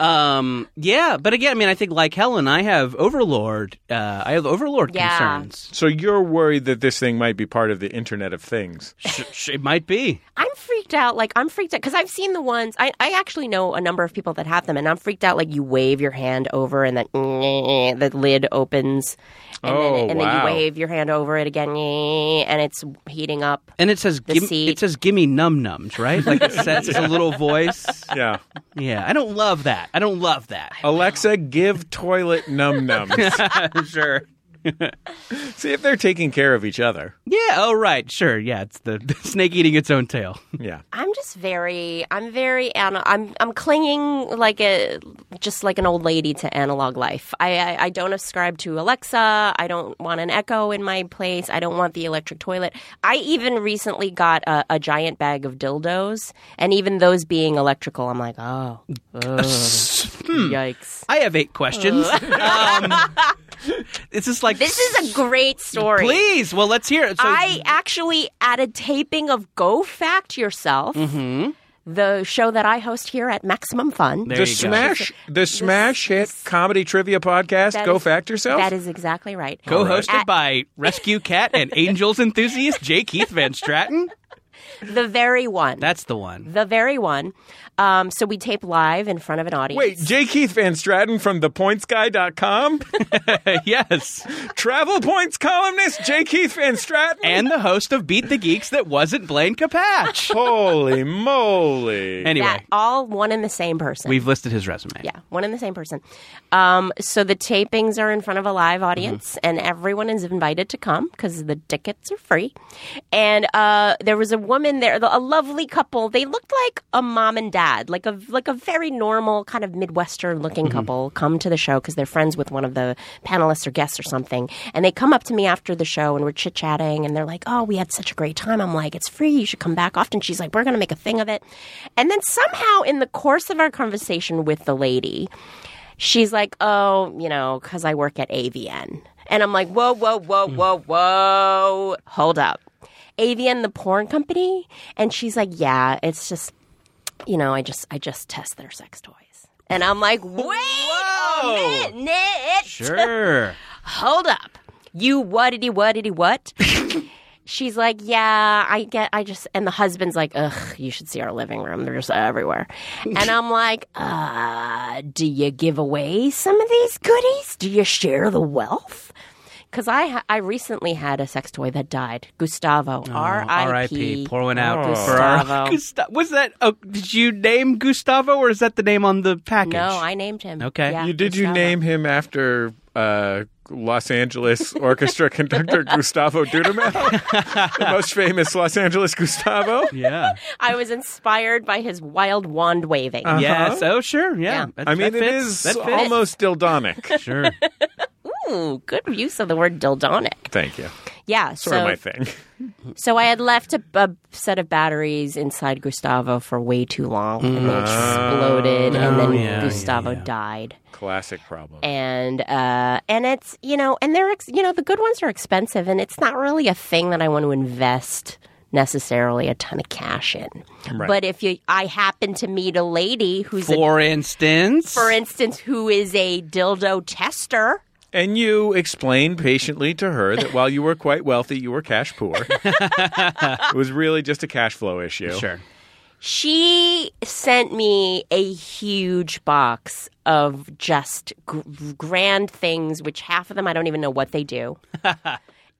S3: Um, yeah, but again, I mean, I think like Helen, I have Overlord. Uh, I have Overlord
S4: Yeah.
S3: concerns.
S2: so you're worried that this thing might be part of the Internet of Things.
S3: Sh- sh- it might be.
S4: I'm freaked freaked out. Like I'm freaked out because I've seen the ones. I, I actually know a number of people that have them, and I'm freaked out. Like you wave your hand over, and then the lid opens, and,
S2: Oh,
S4: then, and then
S2: wow.
S4: you wave your hand over it again, and it's heating up.
S3: And it says
S4: The
S3: gimme-
S4: seat.
S3: it says gimme num nums, right? Like it says it's a little voice.
S2: Yeah.
S3: Yeah, I don't love that. I don't love that.
S2: Alexa, give toilet num nums.
S3: sure.
S2: See if they're taking care of each other.
S3: Yeah. Oh, right. Sure. Yeah. It's the, the snake eating its own tail.
S2: Yeah.
S4: I'm just very, I'm very, ana- I'm, I'm clinging like a, just like an old lady to analog life. I, I, I don't ascribe to Alexa. I don't want an Echo in my place. I don't want the electric toilet. I even recently got a, a giant bag of dildos, and even those being electrical, I'm like, oh, yikes.
S3: Hmm. I have eight questions. um, it's just like
S4: This is a great story.
S3: Please. Well, let's hear it. So,
S4: I actually added taping of Go Fact Yourself, the show that I host here at Maximum Fun.
S3: There
S2: the
S3: you go.
S2: smash, the smash hit comedy trivia podcast.
S4: That
S2: Go
S4: is-
S2: fact yourself.
S4: That is exactly right.
S3: co-hosted
S4: At
S3: by rescue cat and angels enthusiast Jay Keith Van Stratton.
S4: the very one.
S3: That's the one.
S4: the very one. Um, so we tape live in front of an audience.
S2: Wait, J. Keith Van Stratton from thepointsguy.com,
S3: yes.
S2: travel points columnist J. Keith Van Stratton.
S3: And the host of Beat the Geeks that wasn't Blaine Capatch.
S2: Holy moly.
S3: Anyway,
S4: that all one and the same person.
S3: we've listed his resume.
S4: yeah, one and the same person. Um, so the tapings are in front of a live audience, and everyone is invited to come because the tickets are free. And uh, there was a woman there, a lovely couple. They looked like a mom and dad, like a like a very normal kind of midwestern looking couple, come to the show because they're friends with one of the panelists or guests or something. And they come up to me after the show, and we're chit chatting, and they're like, "Oh, we had such a great time." I'm like, "It's free. You should come back often." She's like, "We're going to make a thing of it." And then somehow, in the course of our conversation with the lady, she's like, oh, you know, because I work at AVN. And I'm like, whoa, whoa, whoa,
S3: Hmm.
S4: whoa, whoa. Hold up. AVN, the porn company? And she's like, yeah, it's just, you know, I just, I just test their sex toys. And I'm like, wait
S3: Whoa.
S4: a minute.
S3: Sure.
S4: Hold up. You whatity whatity what? She's like, yeah, I get, I just, and the husband's like, ugh, you should see our living room. They're just everywhere. And I'm like, uh, do you give away some of these goodies? Do you share the wealth? Because I, ha- I recently had a sex toy that died. Gustavo, R.I.P.
S3: R.I.P. Pour one out
S2: Oh.
S3: for our
S4: Gustavo.
S3: Gusta- Was that? Oh, did you name Gustavo, or is that the name on the package?
S4: No, I named him.
S3: Okay.
S4: Yeah,
S2: you, did you
S4: Gustavo.
S2: name him after uh, Los Angeles orchestra conductor Gustavo Dudamel? the most famous Los Angeles Gustavo?
S3: Yeah.
S4: I was inspired by his wild wand waving.
S3: Yes. Oh, sure. Yeah.
S4: Yeah.
S3: That-
S2: Uh-huh. I mean,
S3: that
S2: it
S3: fits.
S2: is
S3: That fits.
S2: almost dildonic.
S3: Sure.
S4: Ooh, Hmm, good use of the word dildonic.
S2: Thank you.
S4: Yeah,
S2: Sort of
S4: so
S2: my thing.
S4: So I had left a, a set of batteries inside Gustavo for way too long, and they exploded, and
S3: Oh,
S4: then
S3: yeah,
S4: Gustavo
S3: yeah, yeah.
S4: died.
S2: Classic problem.
S4: And uh, and it's you know, and they're ex- you know the good ones are expensive, and it's not really a thing that I want to invest necessarily a ton of cash in.
S2: Right.
S4: But if you, I happen to meet a lady who's a,
S3: For instance.
S4: for instance, who is a dildo tester.
S2: And you explained patiently to her that while you were quite wealthy, you were cash poor. it was really just a cash flow issue.
S3: Sure.
S4: She sent me a huge box of just gr- grand things, which half of them I don't even know what they do.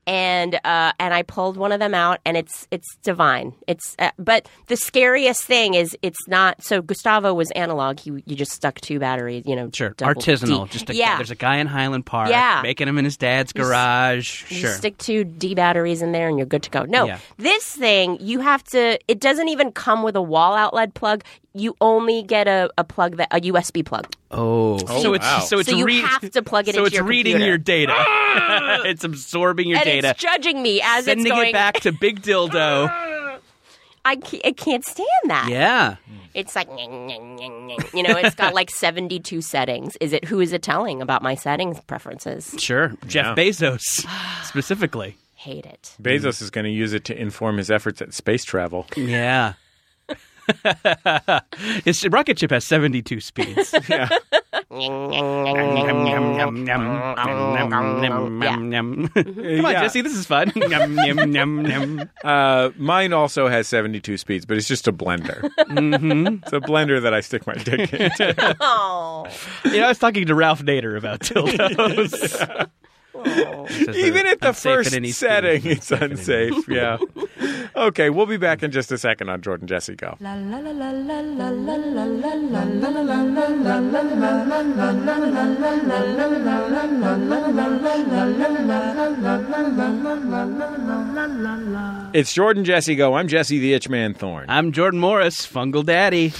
S4: and uh, and I pulled one of them out, and it's it's divine. It's uh, but the scariest thing is it's not. So Gustavo was analog. He you just stuck two batteries, you know,
S3: Sure.
S4: double
S3: Artisanal.
S4: D.
S3: Just a,
S4: yeah.
S3: There's a guy in Highland Park
S4: Yeah.
S3: making them in his dad's garage.
S4: You
S3: sure.
S4: stick two D batteries in there and you're good to go. No,
S3: Yeah.
S4: this thing, you have to, it doesn't even come with a wall outlet plug. You only get a, a plug that, a USB plug.
S3: oh.
S2: Oh,
S3: So it's
S2: wow.
S3: so it's
S4: so you
S3: re-
S4: have to plug it
S3: so
S4: into
S3: it's
S4: your
S3: reading
S4: computer.
S3: your data.
S2: Ah!
S3: it's absorbing your
S4: and
S3: data.
S4: it's judging me as
S3: Sending
S4: it's going.
S3: it back to Big Dildo.
S4: I, can't, I can't stand that.
S3: yeah.
S4: It's like, nying, nying, nying, nying. you know, it's got like 72 settings. Is it, who is it telling about my settings preferences?
S3: Sure. Jeff Bezos specifically.
S4: Hate it.
S2: Bezos is going to use it to inform his efforts at space travel.
S3: Yeah. His rocket ship has 72 speeds.
S4: Mm-hmm.
S3: Come on,
S2: Yeah.
S3: Jesse, this is fun. Yum, yum, yum, yum.
S2: Uh, mine also has 72 speeds, but it's just a blender.
S3: Mm-hmm.
S2: It's a blender that I stick my dick into.
S4: Oh.
S3: You know, I was talking to Ralph Nader about dildos.
S2: Even at the
S3: Unsafe at
S2: first
S3: any speed.
S2: setting, it's
S3: Unsafe at any-
S2: unsafe. Yeah. Okay, we'll be back in just a second on Jordan Jesse Go.
S1: La la la la la la la la la la la la la la la la
S2: It's Jordan Jesse Go. I'm Jesse the Itchman Thorn.
S3: I'm Jordan Morris, Fungal Daddy.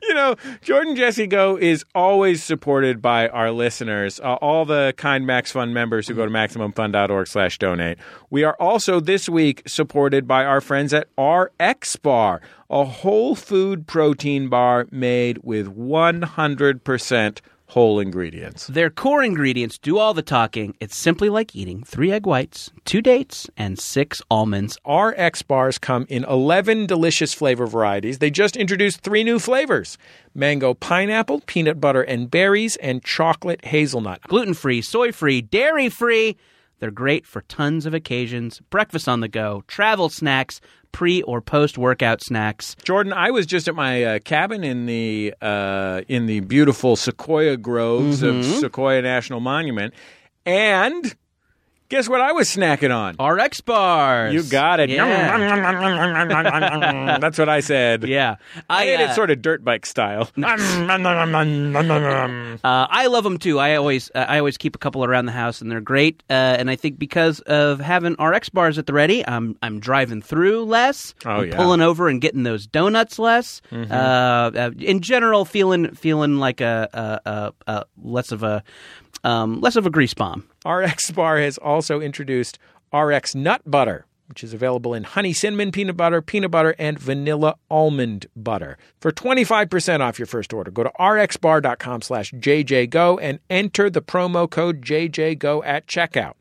S2: you know, Jordan Jesse Go is always supported by our listeners, uh, all the kind Max Fund members who go to MaximumFund.org slash donate. We are also this week supported by our friends at RX Bar, a whole food protein bar made with 100% whole ingredients.
S3: Their core ingredients do all the talking. It's simply like eating three egg whites, two dates, and six almonds.
S2: RX bars come in 11 delicious flavor varieties. They just introduced three new flavors mango pineapple, peanut butter and berries, and chocolate hazelnut.
S3: Gluten free, soy free, dairy free. They're great for tons of occasions breakfast on the go, travel snacks, pre or post workout snacks.
S2: Jordan, I was just at my uh, cabin in the uh, in the beautiful sequoia groves of
S3: Mm-hmm.
S2: Sequoia National Monument, and guess what? I was snacking on.
S3: RX bars.
S2: You got it.
S3: Oh, Yeah.
S2: That's what I said.
S3: yeah.
S2: I ate
S3: uh,
S2: it sort of dirt bike style.
S3: Uh, I love them too. I always uh, I always keep a couple around the house, and they're great. Uh, and I think because of having RX bars at the ready, I'm I'm driving through less,
S2: Oh,
S3: I'm
S2: yeah. Mm-hmm.
S3: pulling over and getting those donuts less. Uh, uh, in general, feeling feeling like a, a, a, a less of a um, less of a grease bomb.
S2: RX Bar has also introduced RX Nut Butter, which is available in honey cinnamon peanut butter, peanut butter, and vanilla almond butter. For 25% off your first order, go to rxbar.com slash jjgo and enter the promo code jjgo at checkout.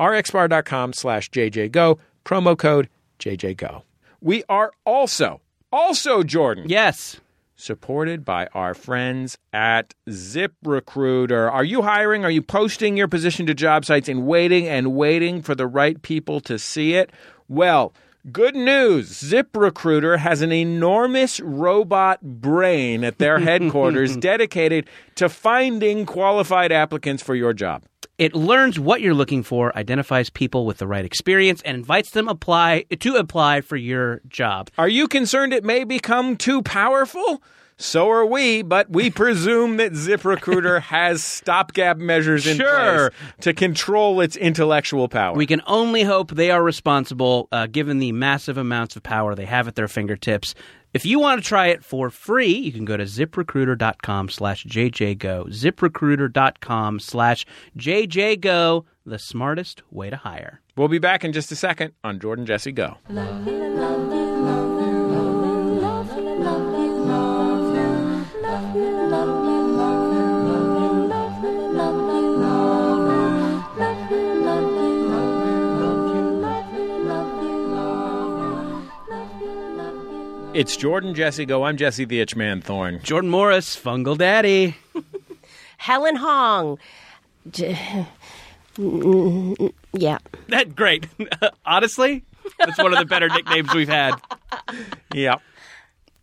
S2: rxbar.com slash jjgo, promo code jjgo. We are also, also, Jordan
S3: Yes.
S2: supported by our friends at ZipRecruiter. Are you hiring? Are you posting your position to job sites and waiting and waiting for the right people to see it? Well, good news ZipRecruiter has an enormous robot brain at their headquarters dedicated to finding qualified applicants for your job.
S3: It learns what you're looking for, identifies people with the right experience, and invites them apply to apply for your job.
S2: Are you concerned it may become too powerful? So are we, but we presume that ZipRecruiter has stopgap measures in
S3: Sure.
S2: place to control its intellectual power.
S3: We can only hope they are responsible, uh, given the massive amounts of power they have at their fingertips. If you want to try it for free, you can go to ziprecruiter.com slash jjgo. Ziprecruiter.com slash jjgo, the smartest way to hire.
S2: we'll be back in just a second on Jordan Jesse Go.
S5: Ah,
S2: It's Jordan Jesse Go. I'm Jesse the Itch Man Thorne.
S3: Jordan Morris, Fungal Daddy.
S4: Helen Hong. D- yeah.
S3: That great. Honestly, that's one of the better nicknames we've had.
S2: Yep.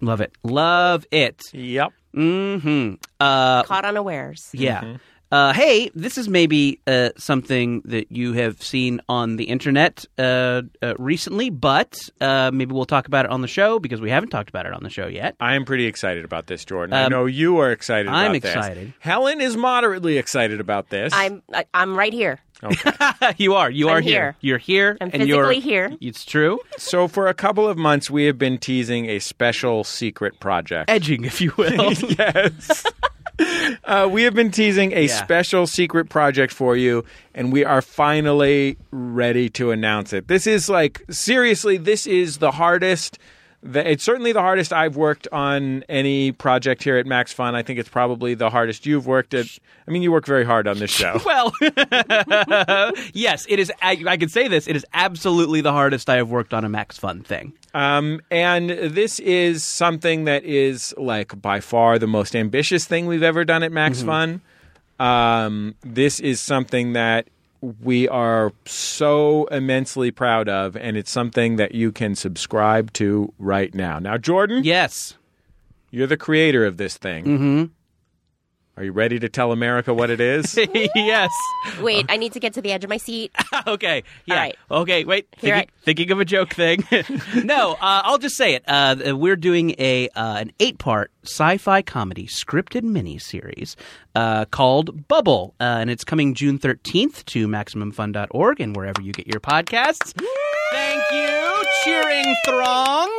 S3: Love it. Love it.
S2: Yep.
S3: Mm-hmm. Uh,
S4: Caught unawares.
S3: Yeah. Uh, hey, this is maybe uh, something that you have seen on the internet uh, uh, recently, but uh, maybe we'll talk about it on the show because we haven't talked about it on the show yet.
S2: I am pretty excited about this, Jordan. I know you are Um, excited
S3: I'm
S2: about this.
S3: excited.
S2: Helen is moderately excited about this.
S4: I'm I, I'm right here.
S3: Ah, you are. You are
S4: I'm
S3: here.
S4: here.
S3: You're here.
S4: I'm
S3: and you're,
S4: physically here.
S3: It's true.
S2: So, for a couple of months, we have been teasing a special secret project.
S3: Edging, if you will.
S2: yes. Uh, we have been teasing a special secret project for you, and we are finally ready to announce it. This is like, seriously, this is the hardest, The, it's certainly the hardest I've worked on any project here at Max Fun. I think it's probably the hardest you've worked at. I mean, you work very hard on this show.
S3: Well, yes, it is. I, I can say this. It is absolutely the hardest I have worked on a Max Fun thing.
S2: Um, and this is something that is like by far the most ambitious thing we've ever done at Max Fun. Um, this is something that we are so immensely proud of, and it's something that you can subscribe to right now. Now, Jordan,
S3: Yes.
S2: you're the creator of this thing. Mm-hmm. Are you ready to tell America what it is?
S3: yes. Uh-huh.
S4: Wait, I need to get to the edge of my seat.
S3: Okay. Yeah.
S4: All right.
S3: Okay. Wait.
S4: Here
S3: Thinking, thinking of a joke thing. no. Uh, I'll just say it. Uh, we're doing a uh, an eight part sci fi comedy scripted miniseries uh, called Bubble, uh, and it's coming June thirteenth to MaximumFun.org and wherever you get your podcasts. Thank you, cheering throngs.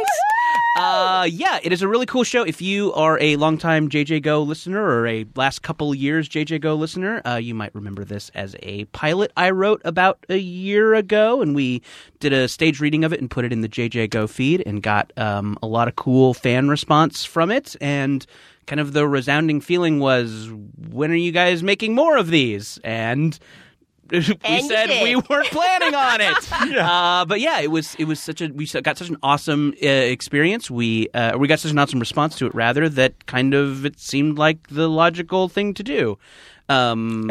S3: Uh, yeah, it is a really cool show. If you are a longtime JJ Go listener or a last couple years JJ Go listener, uh, you might remember this as a pilot I wrote about a year ago, and we did a stage reading of it and put it in the JJ Go feed and got um, a lot of cool fan response from it. And kind of the resounding feeling was, when are you guys making more of these? And we
S4: And you
S3: said
S4: did.
S3: we weren't planning on it. Uh, but yeah, it was it was such a we got such an awesome uh, experience. We uh, we got such an awesome response to it, rather that kind of it seemed like the logical thing to do. Um,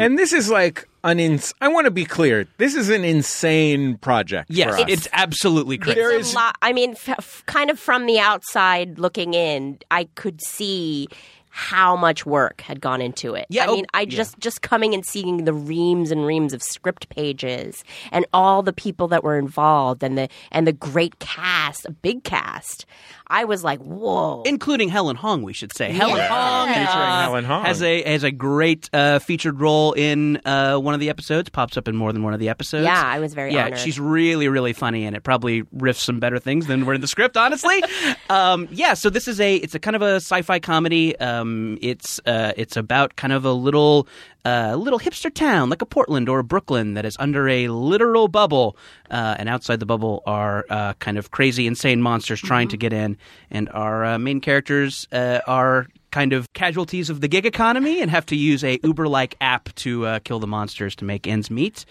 S2: and this is like an ins- I want to be clear. This is an insane project.
S3: yes,
S2: for us.
S3: it's absolutely crazy.
S2: There
S4: It's
S2: is-
S4: a lot. I mean, f- f- kind of from the outside looking in, I could see how much work had gone into it.
S3: Yeah,
S4: I
S3: oh,
S4: mean, I just just coming and seeing the reams and reams of script pages and all the people that were involved and the and the great cast, a big cast. I was like, whoa.
S3: including Helen Hong, we should say. Helen Hong,
S2: Featuring
S3: uh,
S2: Helen Hong.
S3: has a has a great uh, featured role in uh, one of the episodes. Pops up in more than one of the episodes.
S4: yeah, I was very
S3: yeah,
S4: honored.
S3: she's really, really funny, and it probably riffs some better things than were in the script, honestly. um, yeah, so this is a it's a kind of a sci-fi comedy. Um, it's uh, it's about kind of a little uh, little hipster town like a Portland or a Brooklyn that is under a literal bubble, uh, and outside the bubble are uh, kind of crazy, insane monsters trying
S4: Mm-hmm.
S3: to get in, and our uh, main characters uh, are. Kind of casualties of the gig economy, and have to use a Uber-like app to uh, kill the monsters to make ends meet.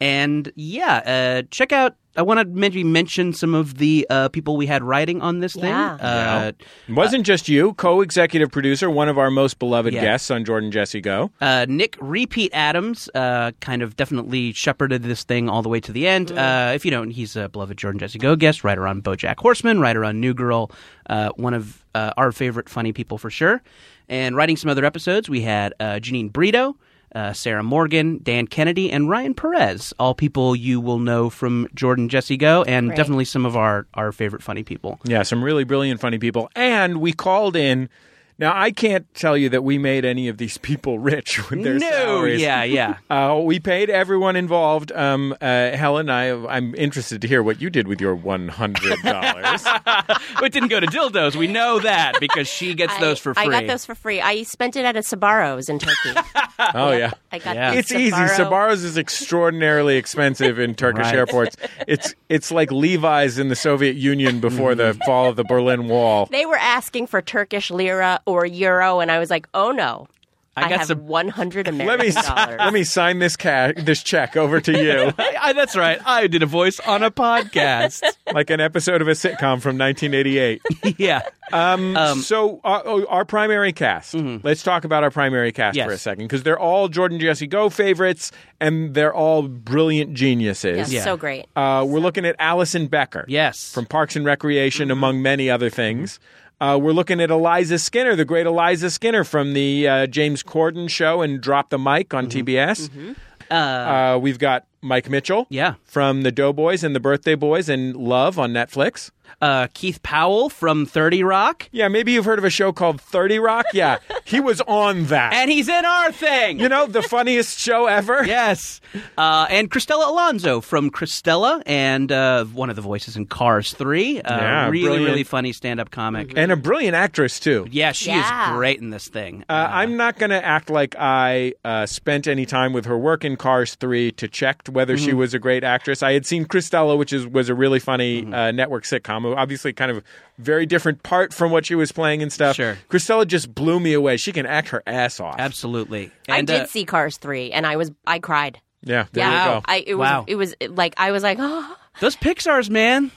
S3: And yeah, uh, check out. I want to maybe mention some of the uh, people we had writing on this thing.
S4: Yeah.
S3: Uh,
S2: It wasn't just you, co-executive producer, one of our most beloved
S3: Yeah.
S2: guests on Jordan Jesse Go.
S3: uh, Nick Repeat Adams uh, kind of definitely shepherded this thing all the way to the end.
S4: Mm.
S3: Uh, if you don't, he's a beloved Jordan Jesse Go guest, writer on BoJack Horseman, writer on New Girl, uh, one of uh, our favorite funny people for sure. And writing some other episodes, we had uh, Janine Brito. Uh, Sarah Morgan, Dan Kennedy, and Ryan Perez, all people you will know from Jordan Jesse Go, and definitely some of our, our favorite funny people.
S2: Yeah, some really brilliant, funny people. And we called in. Now I can't tell you that we made any of these people rich with their salaries.
S3: yeah, yeah.
S2: Uh, we paid everyone involved. Um, uh, Helen, I, I'm interested to hear what you did with your $100.
S3: it didn't go to dildos. We know that because she gets
S4: I-
S3: those for free.
S4: I got those for free. I spent it at a Sabaros in Turkey.
S2: oh, yeah.
S4: I got
S3: Yeah.
S4: the
S2: It's easy.
S4: Sbarro-
S2: Sabaros is extraordinarily expensive in Turkish
S3: Right.
S2: airports. It's it's like Levi's in the Soviet Union before the
S3: Mm-hmm.
S2: fall of the Berlin Wall.
S4: They were asking for Turkish lira or euro, and I was like, oh no. I,
S3: got
S4: have
S3: some-
S4: 100 American
S2: Let me
S4: dollars.
S2: let me sign this ca- this check over to you.
S3: I, I- that's right. I did a voice on a podcast.
S2: like an episode of a sitcom from 1988.
S3: yeah.
S2: Um, so our, oh, our primary cast. Let's talk about our primary cast
S3: Yes.
S2: for a second because they're all Jordan Jesse Go favorites, and they're all brilliant geniuses.
S4: Yes,
S3: Yeah.
S4: So great.
S2: Uh, we're looking at Allison Becker.
S3: Yes.
S2: From Parks and Recreation, among many other things. Uh, we're looking at Eliza Skinner, the great Eliza Skinner from the uh, James Corden show and Drop the Mic on TBS. Uh, we've got Mike Mitchell.
S3: Yeah.
S2: From The Doughboys and The Birthday Boys and Love on Netflix.
S3: Uh, Keith Powell from Thirty Rock,
S2: Yeah, maybe you've heard of a show called 30 Rock. Yeah, he was on that.
S3: and he's in our thing.
S2: you know, the funniest show ever.
S3: Yes, uh, and Christella Alonso from Christella, and uh, one of the voices in Cars Three. Uh,
S2: Yeah,
S3: really,
S2: brilliant.
S3: really funny stand-up comic.
S2: And a brilliant actress, too.
S3: Yeah, she
S4: Yeah.
S3: is great in this thing.
S2: Uh, I'm not going to act like I uh, spent any time with her work in Cars 3 to check whether
S3: Mm-hmm.
S2: she was a great actress. I had seen Cristela, which is was a really funny
S3: Mm-hmm.
S2: uh, network sitcom, obviously kind of very different part from what she was playing and stuff.
S3: Sure.
S2: Cristela just blew me away. She can act her ass off.
S3: Absolutely.
S4: I
S3: And,
S4: did
S3: uh,
S4: see Cars three, and I was I cried.
S2: Yeah, there
S4: yeah,
S2: you go.
S4: I it was
S3: Wow.
S4: it was like I was like oh
S3: those Pixar's, man.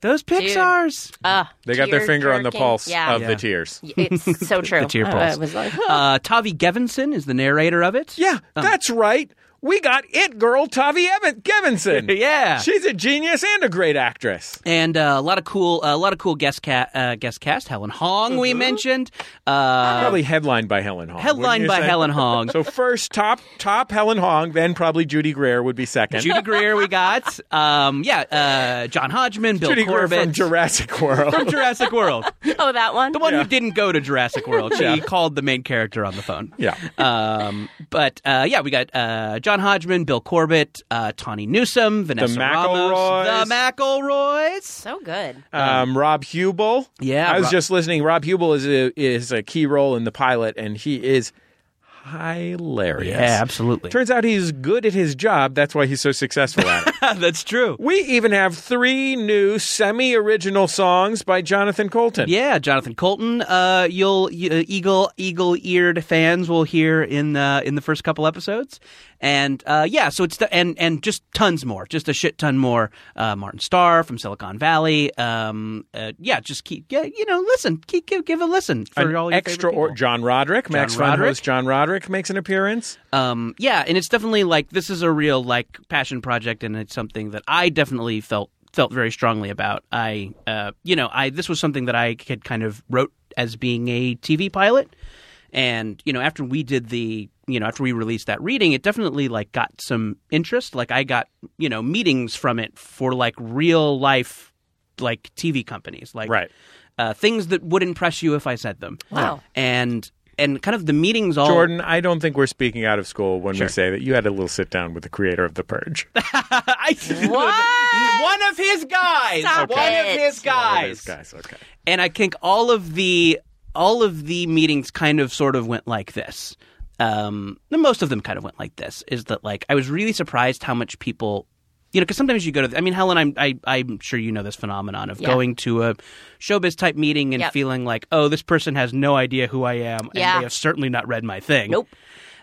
S3: Those Pixar's.
S4: uh,
S2: they got their finger on the
S4: tear-jerking.
S2: pulse
S4: Yeah,
S2: of
S3: Yeah.
S2: the tears.
S4: it's so true.
S3: The tear
S4: I-
S3: pulse.
S4: I was like,
S3: Uh, Tavi Gevinson is the narrator of it.
S2: Yeah, that's right. We got it girl Tavi Evan- Gevinson.
S3: Yeah.
S2: She's a genius and a great actress.
S3: and uh, a lot of cool, a lot of cool guest ca- uh, guest cast. Helen Hong, we mentioned. Uh,
S2: Probably headlined by Helen Hong. wouldn't
S3: headlined
S2: Mm-hmm. you
S3: by
S2: say?
S3: Helen Hong.
S2: So first, top top Helen Hong, then probably Judy Greer would be second.
S3: Judy Greer, we got. Um, yeah, uh, John Hodgman, Bill
S2: Judy Greer
S3: Corbett
S2: from Jurassic World.
S3: From Jurassic World,
S4: oh, that one.
S3: the one who didn't go to Jurassic World. She called the main character on the phone.
S2: yeah,
S3: Um, but uh, yeah, we got uh, John Hodgman, Bill Corbett, uh, Tawny Newsom, Vanessa
S2: McElroys.
S3: Ramos, the McElroys.
S4: so good.
S2: um, Rob Hubel.
S3: Yeah,
S2: I was
S3: Rob-
S2: just listening. Rob Hubel is a is a key role in the pilot, and he is hilarious.
S3: Yeah, absolutely.
S2: Turns out he's good at his job. That's why he's so successful at it.
S3: That's true.
S2: we even have three new semi-original songs by Jonathan Colton.
S3: Yeah, Jonathan Colton. Uh, you'll you, uh, eagle eagle eared fans will hear in uh, in the first couple episodes, and uh, yeah, so it's the, and and just tons more, just a shit ton more. Uh, Martin Starr from Silicon Valley. Um, uh, yeah, just keep yeah, you know, listen, keep give, give a listen for
S2: An
S3: all your favorite
S2: extra
S3: people.
S2: John Roderick, Max fun
S3: Roderick.
S2: host John Roderick makes an appearance.
S3: Um, yeah, and it's definitely like this is a real like passion project, and it's something that I definitely felt felt very strongly about. I, uh, you know, I this was something that I had kind of wrote as being a TV pilot, and you know, after we did the you know after we released that reading it definitely like got some interest like i got you know meetings from it for like real life like tv companies like
S2: Right.
S3: uh, things that would impress you if i said them
S4: Wow.
S3: and and kind of the meetings all
S2: Jordan, I don't think we're speaking out of school when we say that you had a little sit down with the creator of The Purge.
S3: I
S4: What?
S3: One of his guys.
S4: Stop
S3: one
S4: it.
S3: of his
S2: Oh,
S3: guys.
S2: it is, guys, okay.
S3: And I think all of the all of the meetings kind of sort of went like this. Um, and most of them kind of went like this. Is that like I was really surprised how much people, you know, because sometimes you go to. The, I mean, Helen, I'm I, I'm sure you know this phenomenon of
S4: Yeah.
S3: going to a showbiz type meeting and
S4: Yep.
S3: feeling like, oh, this person has no idea who I am,
S4: Yeah.
S3: and they have certainly not read my thing.
S4: Nope.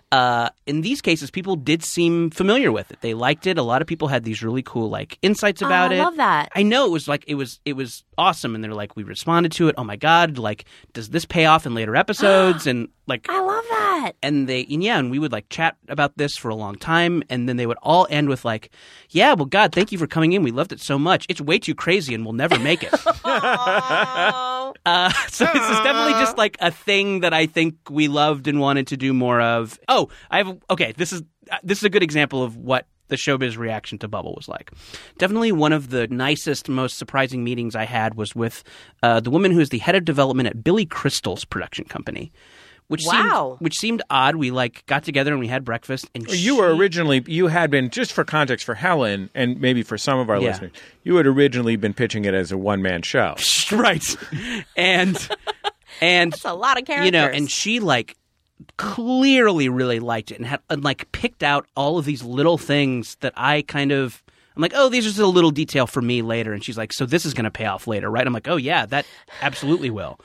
S3: Uh, in these cases, people did seem familiar with it. They liked it. A lot of people had these really cool like insights about
S4: Oh, I
S3: it.
S4: love that.
S3: I know it was like it was it was awesome, and they're like we responded to it. Oh my god! Like, does this pay off in later episodes? and like,
S4: I love that.
S3: and they and yeah, and we would like chat about this for a long time, and then they would all end with like, yeah, well, God, thank you for coming in. We loved it so much. It's way too crazy, and we'll never make it.
S4: Oh,
S3: Uh, so this is definitely just like a thing that I think we loved and wanted to do more of. Oh, I have okay. This is uh, this is a good example of what the showbiz reaction to Bubble was like. Definitely one of the nicest, most surprising meetings I had was with uh, the woman who is the head of development at Billy Crystal's production company, which
S4: Wow.
S3: seemed which seemed odd. We like got together and we had breakfast, and
S2: You were
S3: she-
S2: originally, you had been, just for context for Helen and maybe for some of our
S3: Yeah.
S2: listeners, you had originally been pitching it as a one man show.
S3: right, and and
S4: it's a lot of characters.
S3: You know, and she like clearly really liked it and had and like picked out all of these little things that I kind of I'm like, oh, these are just a little detail for me later. And she's like, so this is going to pay off later, right? I'm like, oh yeah, that absolutely will.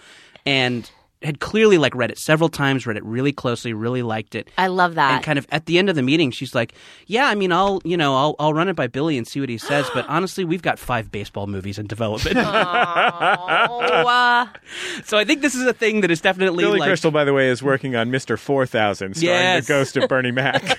S3: And had clearly like read it several times, read it really closely, really liked it.
S4: I love that.
S3: And kind of at the end of the meeting, she's like, "Yeah, I mean, I'll you know, I'll I'll run it by Billy and see what he says, but honestly, we've got five baseball movies in development,
S4: oh, uh,
S3: so I think this is a thing that is definitely
S2: Billy
S3: like
S2: Crystal, by the way, is working on Mr. 4000, starring
S3: Yes.
S2: the ghost of Bernie Mac.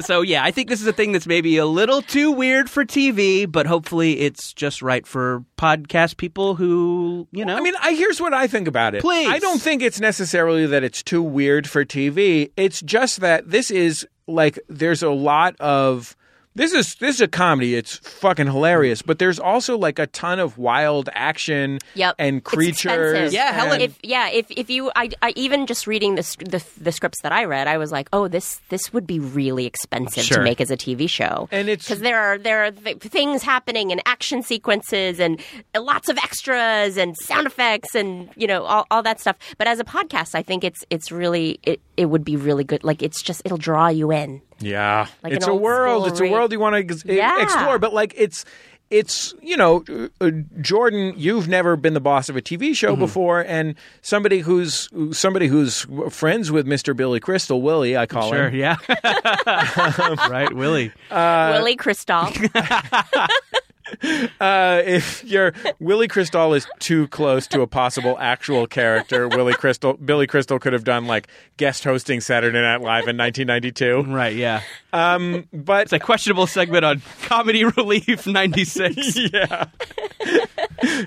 S3: So yeah, I think this is a thing that's maybe a little too weird for TV, but hopefully it's just right for podcast people who you know.
S2: I mean, I, here's what I think about it.
S3: Please.
S2: I don't think it's necessarily that it's too weird for TV. It's just that this is like there's a lot of this is this is a comedy. It's fucking hilarious, but there's also like a ton of wild action
S4: yep.
S2: and
S4: It's
S2: creatures.
S4: expensive.
S3: Yeah, Helen-
S2: and-
S4: If yeah, if if you, I, I even just reading the, sc- the the scripts that I read, I was like, oh, this this would be really expensive
S3: Sure.
S4: to make as a TV show.
S2: And it's-
S4: because there are there are th- things happening and action sequences and lots of extras and sound effects and you know all, all that stuff. But as a podcast, I think it's it's really it, it would be really good. Like it's just it'll draw you in.
S2: Yeah,
S4: Like
S2: it's
S4: an
S2: a
S4: old
S2: world.
S4: school
S2: It's a
S4: re-
S2: world you want to ex- e-,
S4: Yeah.
S2: explore, but like it's it's you know uh, uh, Jordan, you've never been the boss of a TV
S4: Mm-hmm.
S2: show before, and somebody who's somebody who's friends with Mr. Billy Crystal, Willie, I call
S3: Sure,
S2: him.
S3: yeah. right, Willie.
S4: Willie Kristoff.
S2: Uh, if your Willie Crystal is too close to a possible actual character, Willie Crystal, Billy Crystal could have done like guest hosting Saturday Night Live in
S4: Mm-hmm.
S2: 1992.
S3: Right, yeah.
S2: But
S3: It's a questionable segment on Comedy Relief 96.
S2: yeah.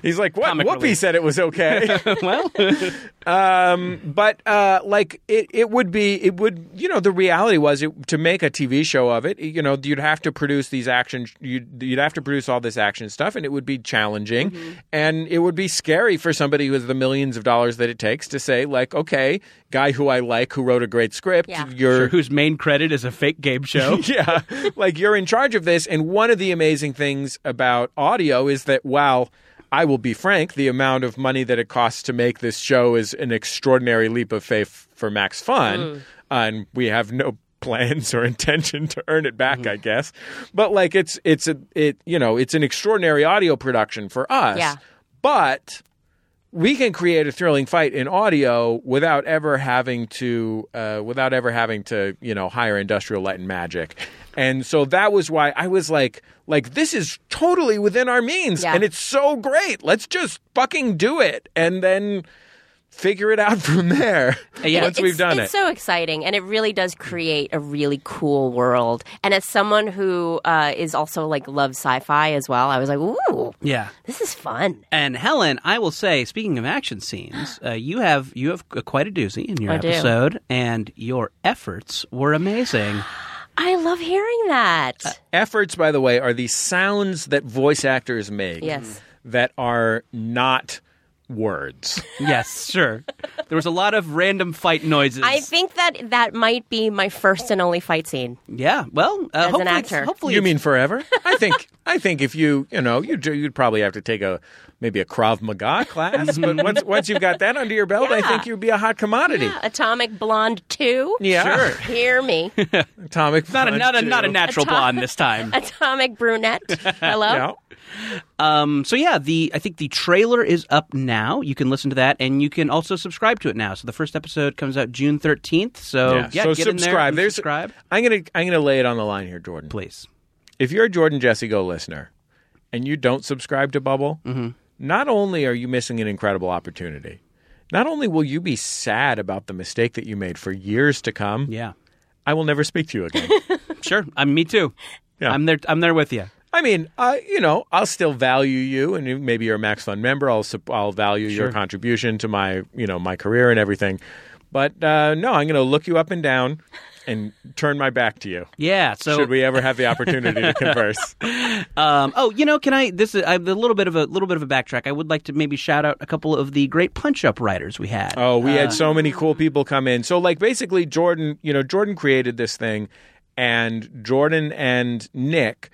S2: He's like, what?
S3: Comic
S2: Whoopi
S3: relief.
S2: said it was okay.
S3: well,
S2: um, but uh, like it, it would be, it would, you know, the reality was it, to make a TV show of it, you know, you'd have to produce these action, you'd, you'd have to produce all this action stuff, and it would be challenging,
S3: Mm-hmm.
S2: and it would be scary for somebody with the millions of dollars that it takes to say, like, okay, guy who I like, who wrote a great script,
S4: Yeah.
S2: you're
S3: whose main credit is a fake game show.
S2: yeah. Like you're in charge of this. And one of the amazing things about audio is that while I will be frank, the amount of money that it costs to make this show is an extraordinary leap of faith for Max Fun. and we have no plans or intention to earn it back, I guess. But like it's it's a it you know, it's an extraordinary audio production for us.
S4: Yeah.
S2: But we can create a thrilling fight in audio without ever having to uh, without ever having to you know hire industrial light and magic and so that was why i was like like this is totally within our means
S4: Yeah.
S2: and it's so great let's just fucking do it and then figure it out from there
S3: Yeah.
S2: once we've done it
S4: it's so exciting, and it really does create a really cool world. And as someone who uh, is also like loves sci-fi as well, I was like, ooh,
S3: yeah.
S4: this is fun.
S3: And Helen, I will say, speaking of action scenes, uh, you have you have quite a doozy in your
S4: I do.
S3: episode, and your efforts were amazing.
S4: I love hearing that.
S2: efforts by the way are the sounds that voice actors make
S4: Yes.
S2: that are not words
S3: yes, sure. There was a lot of random fight noises.
S4: I think that that might be my first and only fight scene.
S3: yeah. Well, uh,
S4: an
S3: hopefully, it's-
S4: actor.
S3: hopefully,
S2: You
S3: it's-
S2: mean forever? I think I think if you you know you do, you'd probably have to take a maybe a Krav Maga class, but once once you've got that under your belt, I think you'd be a hot commodity.
S4: Atomic Blonde 2?
S2: Yeah,
S4: Hear me.
S2: Atomic.
S3: not a
S2: Blonde
S3: not a, not a
S2: too.
S3: natural blonde this time.
S4: Atomic Brunette. Hello?
S2: Yeah.
S3: Um, so yeah, the I think the trailer is up now. You can listen to that, and you can also subscribe to it now. So the first episode comes out June thirteenth. So Oh, yeah,
S2: so
S3: get in there
S2: subscribe.
S3: and
S2: There's
S3: subscribe,
S2: I'm gonna I'm gonna lay it on the line here, Jordan.
S3: please.
S2: If you're a Jordan Jesse Go listener and you don't subscribe to Bubble,
S3: Mm-hmm.
S2: not only are you missing an incredible opportunity, not only will you be sad about the mistake that you made for years to come,
S3: Yeah,
S2: I will never speak to you again.
S3: sure. I'm me too.
S2: Yeah.
S3: I'm there. I'm there with you.
S2: I mean, uh, you know, I'll still value you, and you- maybe you're a Max Fund member. I'll sup- I'll value your contribution to my you know my career and everything. But uh, no, I'm going to look you up and down, and turn my back to you.
S3: Yeah. So
S2: Should we ever have the opportunity to converse?
S3: Um, oh, you know, can I? This is I, have a little bit of a little bit of a backtrack. I would like to maybe shout out a couple of the great punch up writers we had.
S2: Oh, we had so many cool people come in. So like basically Jordan, you know, Jordan created this thing and Jordan and Nick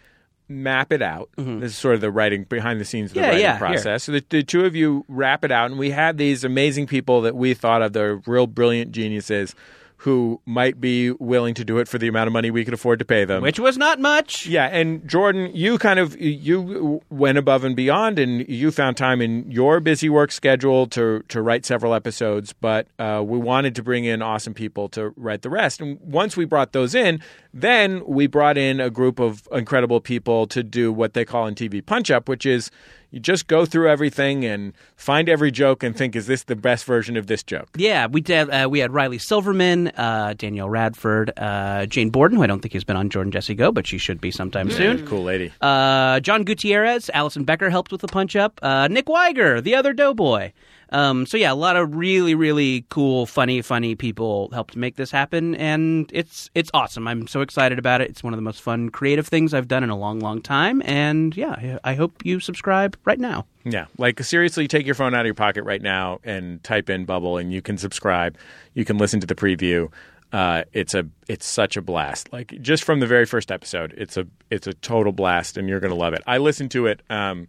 S2: map it out. This is sort of the writing behind the scenes of the
S3: Mm-hmm. Yeah,
S2: writing
S3: yeah,
S2: process. So the, the two of you wrap it out and we had these amazing people that we thought of they're real brilliant geniuses who might be willing to do it for the amount of money we could afford to pay them.
S3: which was not much.
S2: Yeah, and Jordan, you kind of you went above and beyond, and you found time in your busy work schedule to to write several episodes. But uh, we wanted to bring in awesome people to write the rest, and once we brought those in, then we brought in a group of incredible people to do what they call in TV punch up, which is you just go through everything and find every joke and think, is this the best version of this joke?
S3: Yeah, we did. Uh, we had Riley Silverman, uh, Danielle Radford, uh, Jane Borden, who I don't think has been on Jordan Jesse Go, but she should be sometime soon.
S2: Cool lady.
S3: Uh, John Gutierrez, Allison Becker helped with the punch up. Uh, Nick Weiger, the other Doughboy. Um, so yeah, a lot of really, really cool, funny, funny people helped make this happen, and it's it's awesome. I'm so excited about it. It's one of the most fun, creative things I've done in a long, long time, and yeah, I- I hope you subscribe right now.
S2: Yeah, like seriously, take your phone out of your pocket right now and type in Bubble, and you can subscribe. You can listen to the preview. Uh, it's a it's such a blast. Like just from the very first episode, it's a it's a total blast, and you're gonna love it. I listened to it um,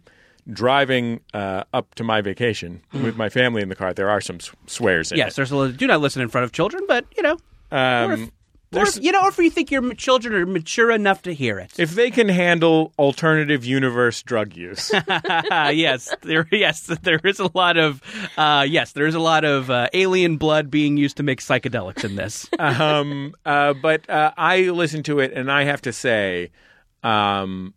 S2: driving uh, up to my vacation with my family in the car. There are some s- swears in
S3: Yes,
S2: it.
S3: there's a lot. Do not listen in front of children, but you know,
S2: Um,
S3: Or, if- you know, if you think your m- children are mature enough to hear it.
S2: If they can handle alternative universe drug use,
S3: uh, yes, there. Yes, there is a lot of. Uh, yes, there is a lot of uh, alien blood being used to make psychedelics in this.
S2: um, uh, but uh, I listened to it, and I have to say, um,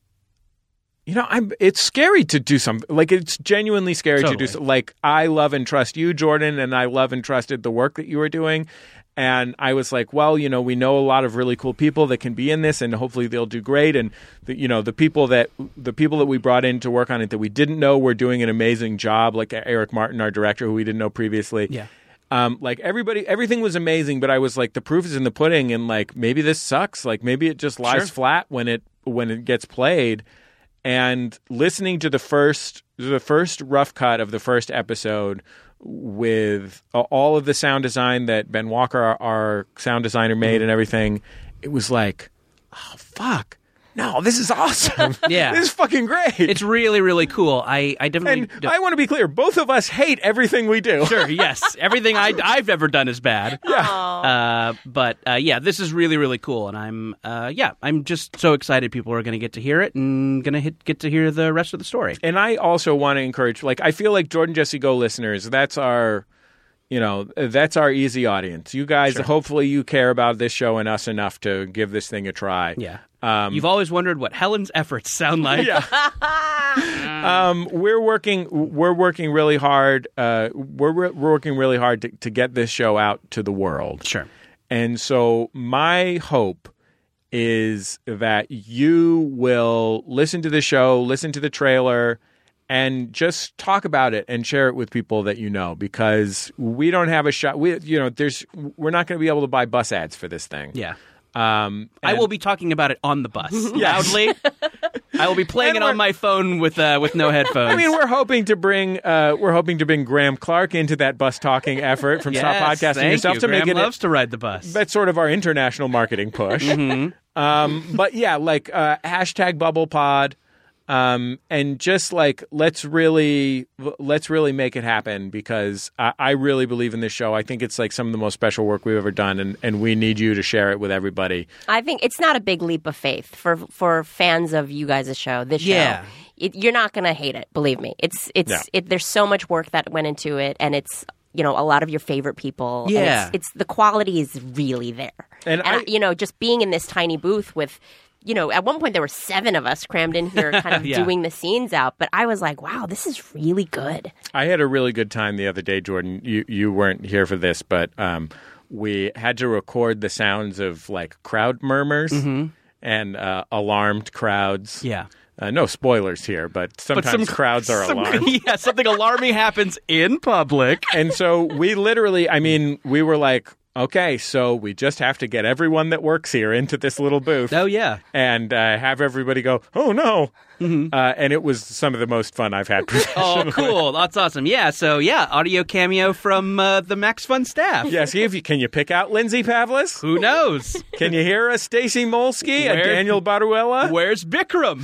S2: you know, I'm. It's scary to do something. Like it's genuinely scary to
S3: Totally.
S2: do. So, like I love and trust you, Jordan, and I love and trusted the work that you were doing. And I was like, well, you know, we know a lot of really cool people that can be in this, and hopefully they'll do great. And the, you know, the people that the people that we brought in to work on it that we didn't know were doing an amazing job, like E-, Eric Martin, our director, who we didn't know previously.
S3: Yeah.
S2: Um, like everybody, everything was amazing, but I was like, the proof is in the pudding, and like maybe this sucks. Like maybe it just lies
S3: Sure.
S2: flat when it when it gets played. And listening to the first the first rough cut of the first episode with a- all of the sound design that Ben Walker, our, our sound designer,
S3: Mm-hmm.
S2: made and everything, it was like, oh fuck, no, this is awesome.
S3: Yeah.
S2: this is fucking great.
S3: It's really, really cool. I, I definitely.
S2: and
S3: don't-
S2: I want to be clear, both of us hate everything we do.
S3: sure. Yes, everything I, I've ever done is bad. Uh, but uh, yeah, this is really, really cool, and I'm uh, yeah, I'm just so excited. People are going to get to hear it and going to hit, get to hear the rest of the story.
S2: and I also want to encourage like I feel like Jordan Jesse Go listeners, that's our you know, that's our easy audience. You guys hopefully you care about this show and us enough to give this thing a try.
S3: Yeah.
S2: Um,
S3: You've always wondered what Helen's efforts sound like.
S2: Yeah. um, we're working. We're working really hard. Uh, we're, we're working really hard to, to get this show out to the world.
S3: Sure.
S2: And so my hope is that you will listen to the show, listen to the trailer, and just talk about it and share it with people that you know because we don't have a shot. We, you know, there's we're not going to be able to buy bus ads for this thing.
S3: Yeah.
S2: Um,
S3: I
S2: and-
S3: will be talking about it on the bus
S2: Yes.
S3: loudly. I will be playing
S2: And
S3: it on
S2: we're-
S3: my phone with uh, with no headphones.
S2: I mean, we're hoping to bring uh, we're hoping to bring Graham Clark into that bus talking effort from Stop
S3: Yes,
S2: Podcasting
S3: thank
S2: yourself
S3: you.
S2: to
S3: Graham
S2: make it. a-
S3: loves to ride the bus.
S2: that's sort of our international marketing push. um, but yeah, like uh, hashtag Bubble Pod, um, and just like let's really let's really make it happen because I, I really believe in this show. I think it's like some of the most special work we've ever done, and, and we need you to share it with everybody.
S4: I think it's not a big leap of faith for for fans of you guys' show. This
S3: Yeah.
S4: show, it, you're not gonna hate it. Believe me, it's it's
S2: Yeah.
S4: it, there's so much work that went into it, and it's you know a lot of your favorite people. and
S3: Yeah.
S4: it's, it's the quality is really there,
S2: And I-
S4: you know just being in this tiny booth with. You know, at one point there were seven of us crammed in here, kind of
S3: Yeah.
S4: doing the scenes out. But I was like, "Wow, this is really good."
S2: I had a really good time the other day, Jordan. You you weren't here for this, but um, we had to record the sounds of like crowd murmurs and uh, alarmed crowds.
S3: Yeah.
S2: Uh, no spoilers here, but
S3: But
S2: sometimes
S3: some
S2: crowds are
S3: some-
S2: alarmed.
S3: Yeah, something alarming happens in public.
S2: and so we literally, I mean, we were like, okay, so we just have to get everyone that works here into this little booth.
S3: Oh yeah.
S2: And uh, have everybody go, oh no.
S3: Mm-hmm.
S2: Uh, and it was some of the most fun I've had.
S3: Oh, cool. That's awesome. Yeah. So, yeah, audio cameo from uh, the Max Fun staff.
S2: yes, if you, can you pick out Lindsay Pavlis?
S3: Who knows?
S2: Can you hear a Stacy Molsky, a
S3: Where-
S2: Daniel Baruella?
S3: Where's Bikram?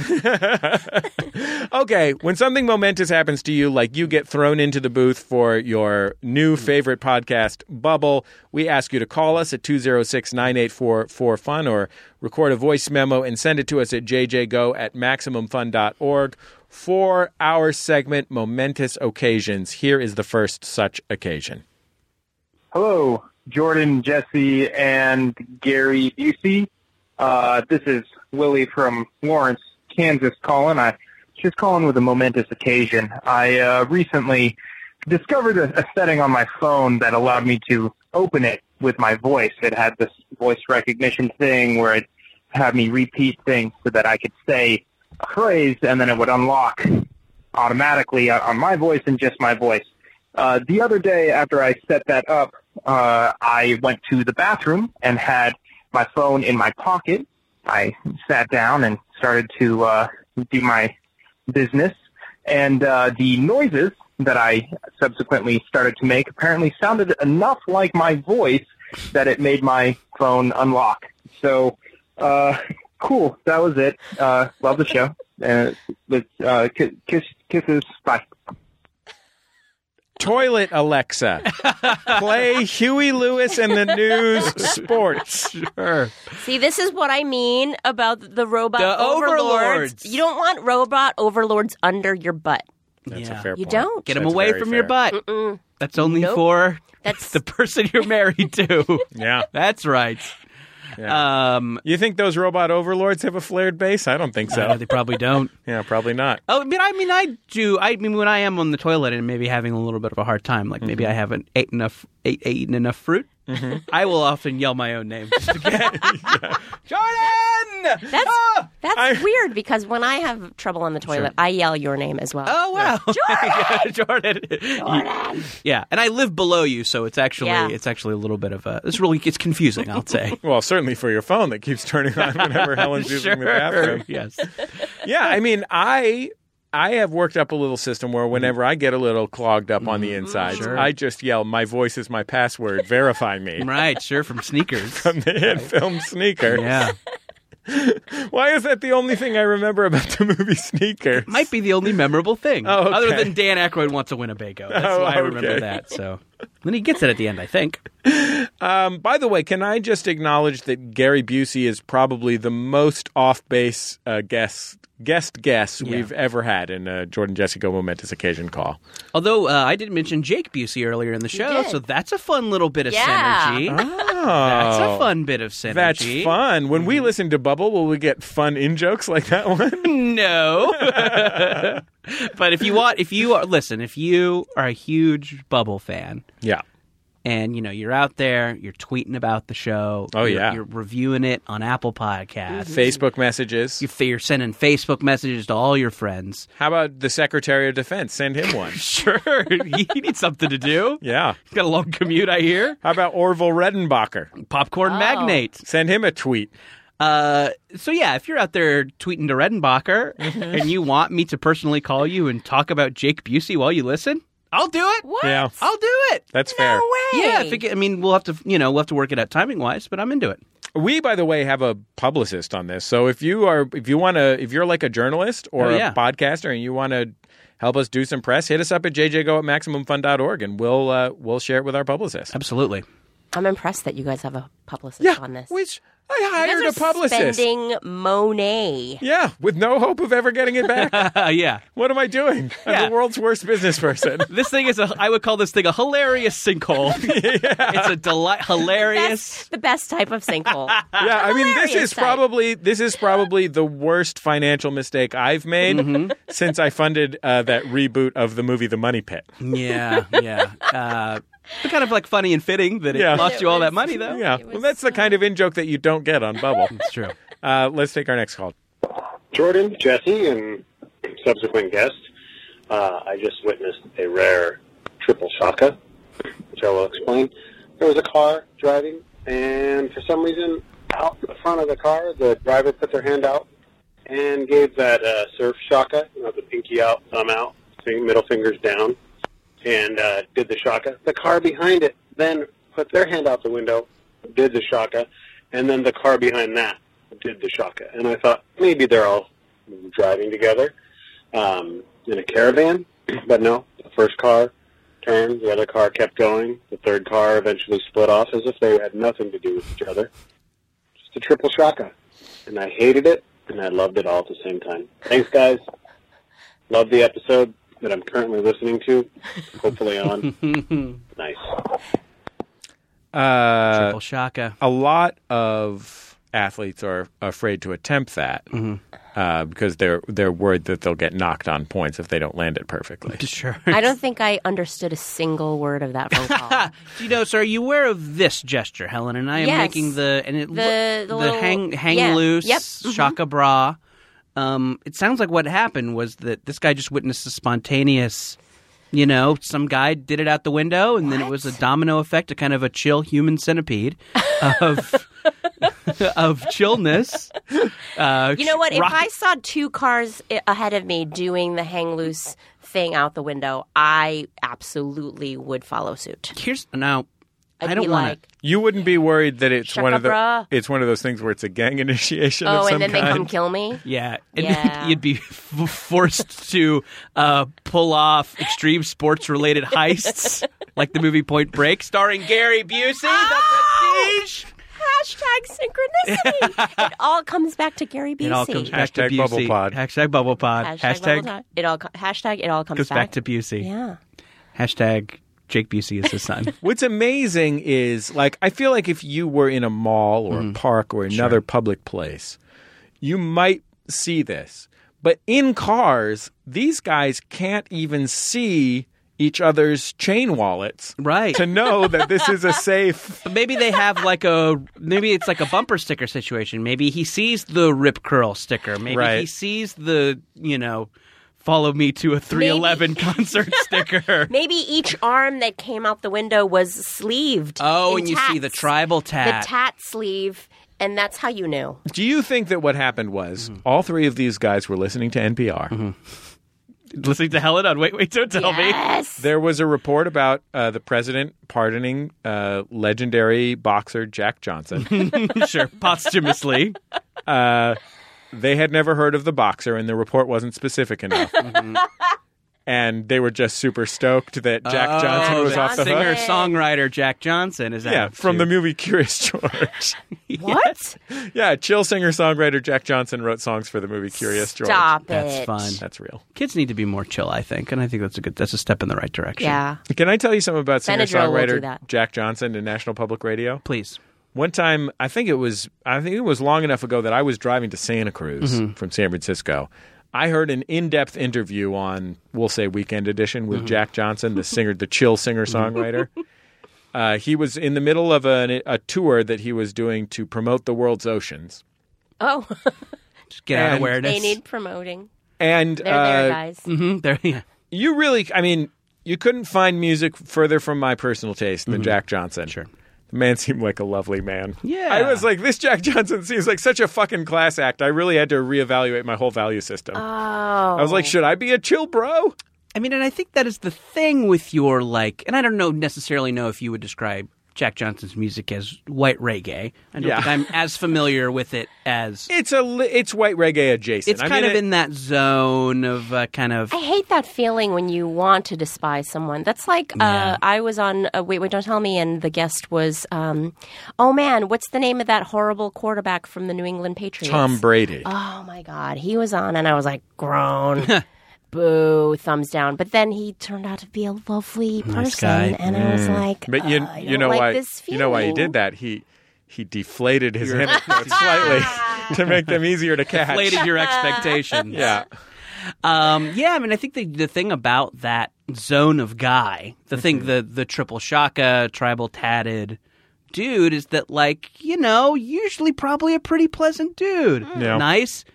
S2: Okay, when something momentous happens to you, like you get thrown into the booth for your
S3: Mm.
S2: new favorite podcast, Bubble, we ask you to call us at 206 984 4FUN or record a voice memo and send it to us at jjgo at MaximumFun.org for our segment, Momentous Occasions. Here is the first such occasion.
S6: Hello, Jordan, Jesse, and Gary Busey. Uh, this is Willie from Lawrence, Kansas calling. I just calling with a momentous occasion. I uh, recently discovered a, a setting on my phone that allowed me to open it with my voice. It had this voice recognition thing where it had me repeat things so that I could say a phrase and then it would unlock automatically uh, on on my voice and just my voice. Uh, the other day after I set that up, uh, I went to the bathroom and had my phone in my pocket. I sat down and started to uh, do my business, and uh, the noises that I subsequently started to make apparently sounded enough like my voice that it made my phone unlock. So, uh, cool. That was it. Uh, love the show. Uh, let's, uh, ki- kiss, kisses. Bye.
S2: toilet Alexa. Play Huey Lewis and the News Sports.
S3: Sure.
S4: See, this is what I mean about the robot
S3: The overlords.
S4: You don't want robot overlords under your butt.
S2: That's
S3: Yeah.
S2: a fair
S4: You
S2: point.
S4: don't.
S3: Get them
S2: That's
S3: away
S2: very
S3: from your
S2: fair.
S3: butt. That's only
S4: Nope.
S3: for
S4: That's
S3: the person you're married to.
S2: Yeah.
S3: That's right.
S2: Yeah.
S3: Um,
S2: You think those robot overlords have a flared base? I don't think
S3: no,
S2: so.
S3: they probably don't.
S2: Yeah, probably not.
S3: Oh, I mean, I mean, I do. I mean, when I am on the toilet and maybe having a little bit of a hard time, like maybe I haven't ate enough, ate, eaten enough fruit. I will often yell my own name. just to get- Jordan.
S4: That's-
S3: Ah!
S4: that's
S2: I-
S4: weird because when I have trouble on the toilet, I yell your name as well.
S3: Oh wow, Jordan, Jordan. Yeah, and I live below you, so it's actually
S4: Yeah.
S3: it's actually a little bit of a. It's really it's confusing. I'll say.
S2: Well, certainly for your phone that keeps turning on whenever Helen's using the bathroom.
S3: Yes.
S2: Yeah, I mean, I I have worked up a little system where whenever I get a little clogged up on the inside,
S3: Sure.
S2: I just yell, "My voice is my password. Verify me."
S3: Right. Sure. From sneakers.
S2: From the hit film Sneaker.
S3: Yeah.
S2: Why is that the only thing I remember about the movie Sneaker?
S3: Might be the only memorable thing.
S2: Oh, okay.
S3: Other than Dan Aykroyd wants a Winnebago. That's
S2: Oh,
S3: why I remember
S2: okay.
S3: that. So then he gets it at the end, I think.
S2: Um, by the way, can I just acknowledge that Gary Busey is probably the most off-base uh, guest guest guest we've ever had in a Jordan Jessica momentous occasion call.
S3: Although uh, I did mention Jake Busey earlier in the show,
S4: did.
S3: so that's a fun little bit of
S4: Yeah.
S3: synergy. That's
S2: Oh,
S3: a fun bit of synergy.
S2: that's Mm-hmm. fun. When we listen to Bubble, will we get fun in jokes like that one?
S3: No. but if you want, if you are, listen, if you are a huge Bubble fan
S2: yeah.
S3: and, you know, you're out there, you're tweeting about the show.
S2: Oh,
S3: you're-
S2: yeah.
S3: You're reviewing it on Apple Podcasts.
S2: Facebook messages.
S3: You-
S4: Mm-hmm.
S3: You're sending Facebook messages to all your friends.
S2: How about the Secretary of Defense? Send him one.
S3: Sure, he needs something to do.
S2: yeah.
S3: He's got a long commute, I hear.
S2: How about Orville Redenbacher?
S4: Oh.
S3: Popcorn magnate.
S2: Send him a tweet.
S3: Uh, so yeah, if you're out there tweeting to Redenbacher
S4: Mm-hmm.
S3: and you want me to personally call you and talk about Jake Busey while you listen, I'll do it.
S4: What?
S2: Yeah.
S3: I'll do it.
S2: That's fair.
S4: way.
S3: Oh, Yeah, if it, get- I mean we'll have to, you know, we'll have to work it out timing wise, but I'm into it.
S2: We, by the way, have a publicist on this. So if you are, if you want to, if you're like a journalist or
S3: Oh, yeah.
S2: a podcaster and you want to help us do some press, hit us up at jjgo at maximumfun.org and we'll uh, we'll share it with our publicist.
S3: Absolutely.
S4: I'm impressed that you guys have a publicist on this.
S2: which I
S4: You guys
S2: hired
S4: are
S2: a publicist.
S4: Spending Monet.
S2: Yeah, with no hope of ever getting it back.
S3: Uh, yeah.
S2: what am I doing? I'm
S3: Yeah.
S2: the world's worst business person.
S3: This thing is a I would call this thing a hilarious sinkhole. It's a delight
S4: That's
S3: hilarious.
S4: the best type of sinkhole.
S2: yeah, I mean, this
S4: Hilarious
S2: is
S4: site.
S2: probably this is probably the worst financial mistake I've made
S4: Mm-hmm.
S2: since I funded uh, that reboot of the movie The Money Pit.
S3: yeah, yeah. Uh, but kind of like funny and fitting that it
S2: Yeah.
S3: cost you all that money though.
S2: Yeah, well, that's the kind of in joke that you don't get on Bubble.
S3: It's true.
S2: Uh, let's take our next call.
S7: Jordan, Jesse, and subsequent guests, uh, I just witnessed a rare triple shaka, which I will explain. There was a car driving, and for some reason, out in the front of the car, the driver put their hand out and gave that uh, surf shaka, you know, the pinky out, thumb out, fing- middle fingers down, and uh, did the shaka. The car behind it then put their hand out the window, did the shaka, and then the car behind that did the shaka. And I thought maybe they're all driving together um, in a caravan, but no. The first car turned, the other car kept going, the third car eventually split off as if they had nothing to do with each other. Just a triple shaka. And I hated it, and I loved it all at the same time. Thanks, guys. Love the episode that I'm currently listening to, hopefully on. nice.
S2: Uh,
S3: Triple Shaka.
S2: a lot of athletes are afraid to attempt that uh, because they're they're worried that they'll get knocked on points if they don't land it perfectly.
S3: Sure.
S4: I don't think I understood a single word of that phone call.
S3: Uh, You know, so are you aware of this gesture, Helen? And I am
S4: Yes.
S3: making the and it,
S4: The- the little-
S3: hang hang
S4: yeah.
S3: loose
S4: Yep. Mhm.
S3: shaka bra. Um, it sounds like what happened was that this guy just witnessed a spontaneous. You know, some guy did it out the window, and then it was a domino effect, a kind of a chill human centipede of of chillness. Uh,
S4: You know what? If
S3: rock-
S4: I saw two cars i- ahead of me doing the hang loose thing out the window, I absolutely would follow suit.
S3: here's now
S4: I'd
S3: I don't
S4: be
S3: wanna-
S4: like,
S2: You wouldn't be worried that it's one of the
S4: Shakabra.
S2: it's one of those things where it's a gang initiation. of
S4: oh,
S2: some
S4: and then
S2: kind.
S4: they come kill me.
S3: Yeah, and
S4: Yeah.
S3: you'd be f- forced to uh, pull off extreme sports related heists, like the movie Point Break, starring Gary Busey. The
S4: Oh!
S3: Prestige.
S4: Hashtag synchronicity. it all comes back to Gary Busey.
S3: It all comes back to
S2: Hashtag
S3: Busey.
S2: bubble pod.
S3: Hashtag bubble pod.
S4: Hashtag,
S3: Hashtag,
S4: bubble time. it all co- hashtag it all comes
S3: goes back to Busey.
S4: yeah.
S3: Hashtag Jake Busey is his son.
S2: What's amazing is like I feel like if you were in a mall or a park or another public place, you might see this. But in cars, these guys can't even see each other's chain wallets
S3: right.
S2: to know that this is a safe.
S3: But maybe they have like a maybe it's like a bumper sticker situation. Maybe he sees the rip curl sticker. Maybe
S2: Right.
S3: he sees the you know follow me to a 311 concert sticker.
S4: Maybe each arm that came out the window was sleeved.
S3: Oh,
S4: in
S3: and you see the
S4: tats.
S3: tribal tat.
S4: The tat sleeve, and that's how you knew.
S2: Do you think that what happened was all three of these guys were listening to NPR?
S3: Listening to Helen on Wait Wait Don't Tell Me.
S4: yes.
S2: There was a report about uh, the president pardoning uh, legendary boxer Jack Johnson.
S3: sure, posthumously.
S2: they had never heard of the boxer and the report wasn't specific enough.
S4: Mm-hmm.
S2: and they were just super stoked that Jack Johnson
S3: Oh,
S2: was
S3: the
S2: off the
S3: Singer
S2: hook.
S3: songwriter Jack Johnson is out.
S2: Yeah, from the
S3: too.
S2: movie Curious George.
S4: What?
S2: yeah, chill singer songwriter Jack Johnson wrote songs for the movie Curious George.
S4: Stop
S3: That's
S4: it.
S3: fun.
S2: That's real.
S3: Kids need to be more chill, I think, and I think that's a good. That's a step in the right direction.
S4: Yeah.
S2: Can I tell you something about singer
S4: Benadryl will do
S2: songwriter
S4: that.
S2: Jack Johnson and National Public Radio?
S3: please.
S2: One time, I think it was I think it was long enough ago that I was driving to Santa Cruz
S4: Mm-hmm.
S2: from San Francisco. I heard an in-depth interview on we'll say Weekend Edition
S4: Mm-hmm.
S2: with Jack Johnson, the singer, the chill singer-songwriter. uh, he was in the middle of an, a tour that he was doing to promote the world's oceans,
S4: Oh,
S3: Just get out
S2: And-
S3: awareness.
S4: they need promoting.
S2: and
S4: They're there,
S2: uh,
S4: guys.
S3: Mhm, there- yeah.
S2: you really, I mean, you couldn't find music further from my personal taste
S3: Mm-hmm.
S2: than Jack Johnson. Sure. The man seemed like a lovely man.
S3: Yeah.
S2: I was like, this Jack Johnson seems like such a fucking class act. I really had to reevaluate my whole value system.
S4: Oh.
S2: I was like, should I be a chill bro?
S3: I mean, and I think that is the thing with your like, and I don't know necessarily know if you would describe Jack Johnson's music as white reggae. I don't
S2: Yeah.
S3: think I'm as familiar with it as
S2: It's a li- it's white reggae adjacent.
S3: it's
S2: I
S3: kind
S2: mean,
S3: of in that zone of uh, kind of
S4: I hate that feeling when you want to despise someone. That's like uh, I was on uh, Wait, Wait, Don't Tell Me, and the guest was, um, oh man, what's the name of that horrible quarterback from the New England Patriots?
S2: Tom Brady.
S4: Oh my God, he was on, and I was like, groan, boo, thumbs down. But then he turned out to be a lovely person,
S3: guy.
S4: and I was like,
S2: Mm. but you
S4: "Uh, I
S2: you
S4: don't
S2: know
S4: like
S2: why
S4: this
S2: you know why he
S4: feeling."
S2: did that. He he deflated his hammock notes slightly to make them easier to catch.
S3: inflated your expectations.
S2: Yeah.
S3: Um, yeah, I mean, I think the, the thing about that zone of guy, the thing, the, the triple shaka, tribal tatted dude is that, like, you know, usually probably a pretty pleasant dude.
S2: Mm. Yeah.
S3: Nice,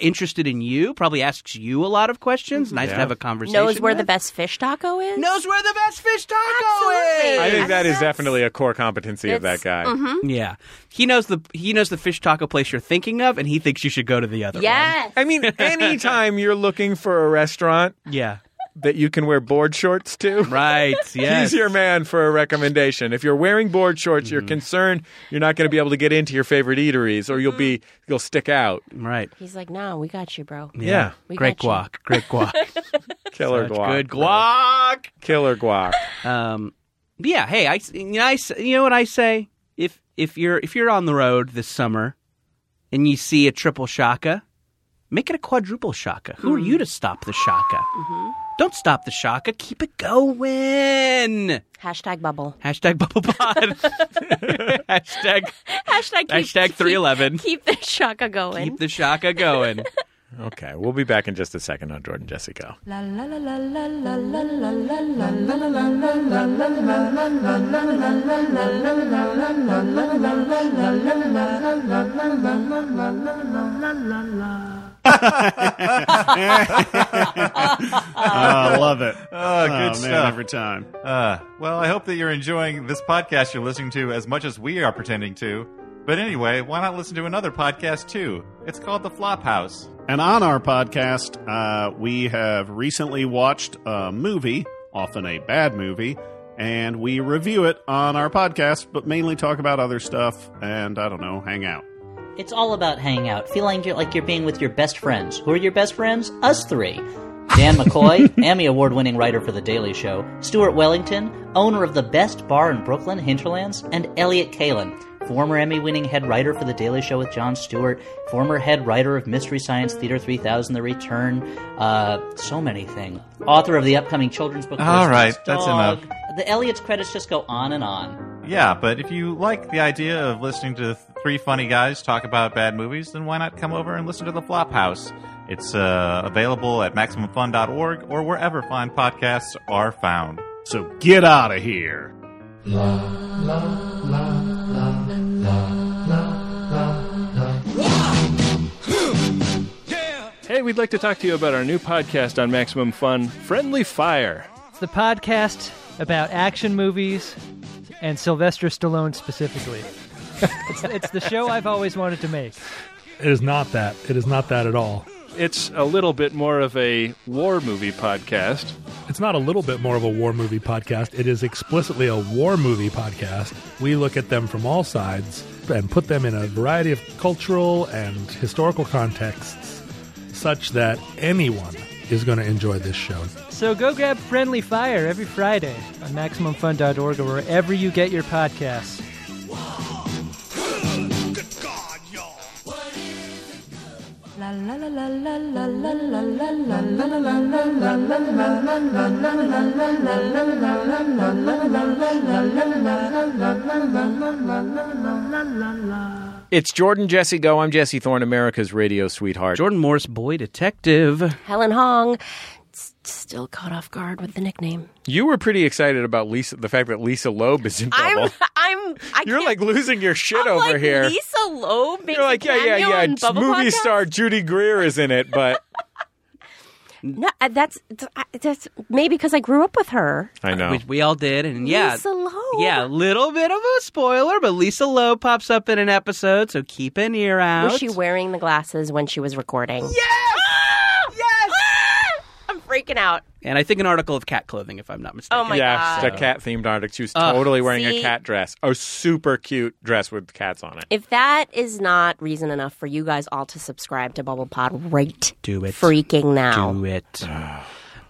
S3: interested in you, probably asks you a lot of questions. Nice to
S2: Mm-hmm. Yeah.
S3: have a conversation.
S4: Knows where the
S3: with.
S4: best fish taco is.
S3: Knows where the best fish taco
S4: Absolutely.
S3: is.
S2: I think
S4: Yes.
S2: that is definitely a core competency of that
S4: It's- mm-hmm.
S2: guy.
S3: yeah, he knows the he knows the fish taco place you're thinking of, and he thinks you should go to the other
S4: Yes.
S2: I mean, anytime you're looking for a restaurant
S3: one. Yeah,
S2: that you can wear board shorts to,
S3: right. Yes,
S2: he's your man for a recommendation. If you're wearing board shorts, you're concerned you're not going to be able to get into your favorite eateries, or you'll be you'll stick out.
S3: right.
S4: He's like, no, we got you, bro.
S2: Yeah,
S4: We
S3: Great
S4: got
S3: guac, great guac.
S2: killer
S3: Such
S2: guac,
S3: Good guac.
S2: killer guac.
S3: Um, but yeah. Hey, I, you know, I s- you know what I say? If if you're if you're on the road this summer, and you see a triple shaka, make it a quadruple shaka. Who are
S4: Hmm.
S3: you to stop the shaka?
S4: Mm-hmm.
S3: Don't stop the shaka. Keep it going.
S4: Hashtag bubble.
S3: Hashtag bubble pod. hashtag
S4: Hashtag keep,
S3: hashtag
S4: keep-
S3: three eleven.
S4: Keep the shaka going.
S3: Keep the shaka going.
S2: Okay, we'll be back in just a second on Jordan Jesse Go.
S1: La la la la la la la la la la.
S5: I love it.
S8: Oh, good
S5: man,
S8: stuff.
S5: every time.
S8: Uh, well, I hope that you're enjoying this podcast you're listening to as much as we are pretending to. But anyway, why not listen to another podcast too? It's called The Flop House.
S5: And on our podcast, uh, we have recently watched a movie, often a bad movie, and we review it on our podcast, but mainly talk about other stuff and I don't know, hang out.
S9: It's all about hanging out, feeling you're, like you're being with your best friends. Who are your best friends? Us three. Dan McCoy, Emmy Award winning writer for The Daily Show, Stuart Wellington, owner of the best bar in Brooklyn, Hinterlands, and Elliot Kalin, former Emmy winning head writer for The Daily Show with Jon Stewart, former head writer of Mystery Science Theater 3000 The Return, uh, so many things. Author of the upcoming children's book.
S8: All
S9: Horseman's
S8: right, that's
S9: Dog.
S8: enough.
S9: The Elliot's credits just go on and on.
S8: Yeah, but if you like the idea of listening to three funny guys talk about bad movies, then why not come over and listen to The Flophouse? It's uh, available at MaximumFun.org or wherever fine podcasts are found.
S5: So get out of here.
S10: Hey, we'd like to talk to you about our new podcast on Maximum Fun, Friendly Fire.
S11: It's the podcast about action movies and Sylvester Stallone specifically. it's, it's the show I've always wanted to make.
S12: It is not that. It is not that at all.
S10: It's a little bit more of a war movie podcast.
S12: It's not a little bit more of a war movie podcast. It is explicitly a war movie podcast. We look at them from all sides and put them in a variety of cultural and historical contexts such that anyone is going to enjoy this show.
S11: So go grab Friendly Fire every Friday on MaximumFun.org or wherever you get your podcasts.
S1: La la la la la la la la la la la la la la la la la la la
S2: It's Jordan Jesse Go. I'm Jesse Thorne, America's radio sweetheart.
S3: Jordan Morris, boy detective.
S4: Helen Hong, s- still caught off guard with the nickname.
S2: You were pretty excited about Lisa, the fact that Lisa Loeb is in
S4: I'm,
S2: trouble.
S4: I'm, I
S2: You're
S4: can't-
S2: like losing your shit
S4: I'm
S2: over
S4: like
S2: here.
S4: Lisa Loeb. makes
S2: You're
S4: a
S2: like, yeah, yeah,
S4: cameo
S2: yeah.
S4: in
S2: it's
S4: Bubble
S2: Movie
S4: Podcast?
S2: star Judy Greer is in it, but
S4: No, uh, that's th- I- that's maybe because I grew up with her.
S2: I know.
S3: Which we all did, and yeah,
S4: Lisa Loeb.
S3: yeah, a little bit of a spoiler, but Lisa Lowe pops up in an episode, so keep an ear out.
S4: Was she wearing the glasses when she was recording?
S3: yes, yes.
S4: Ah! I'm freaking out.
S3: And I think an article of cat clothing, if I'm not mistaken.
S4: Oh my
S2: yeah,
S4: god!
S2: it's a cat themed article. She was
S3: Ugh.
S2: totally wearing
S4: See?
S2: a cat dress, a super cute dress with cats on it.
S4: If that is not reason enough for you guys all to subscribe to Bubble Pod right
S3: Do it.
S4: freaking now.
S3: Do it.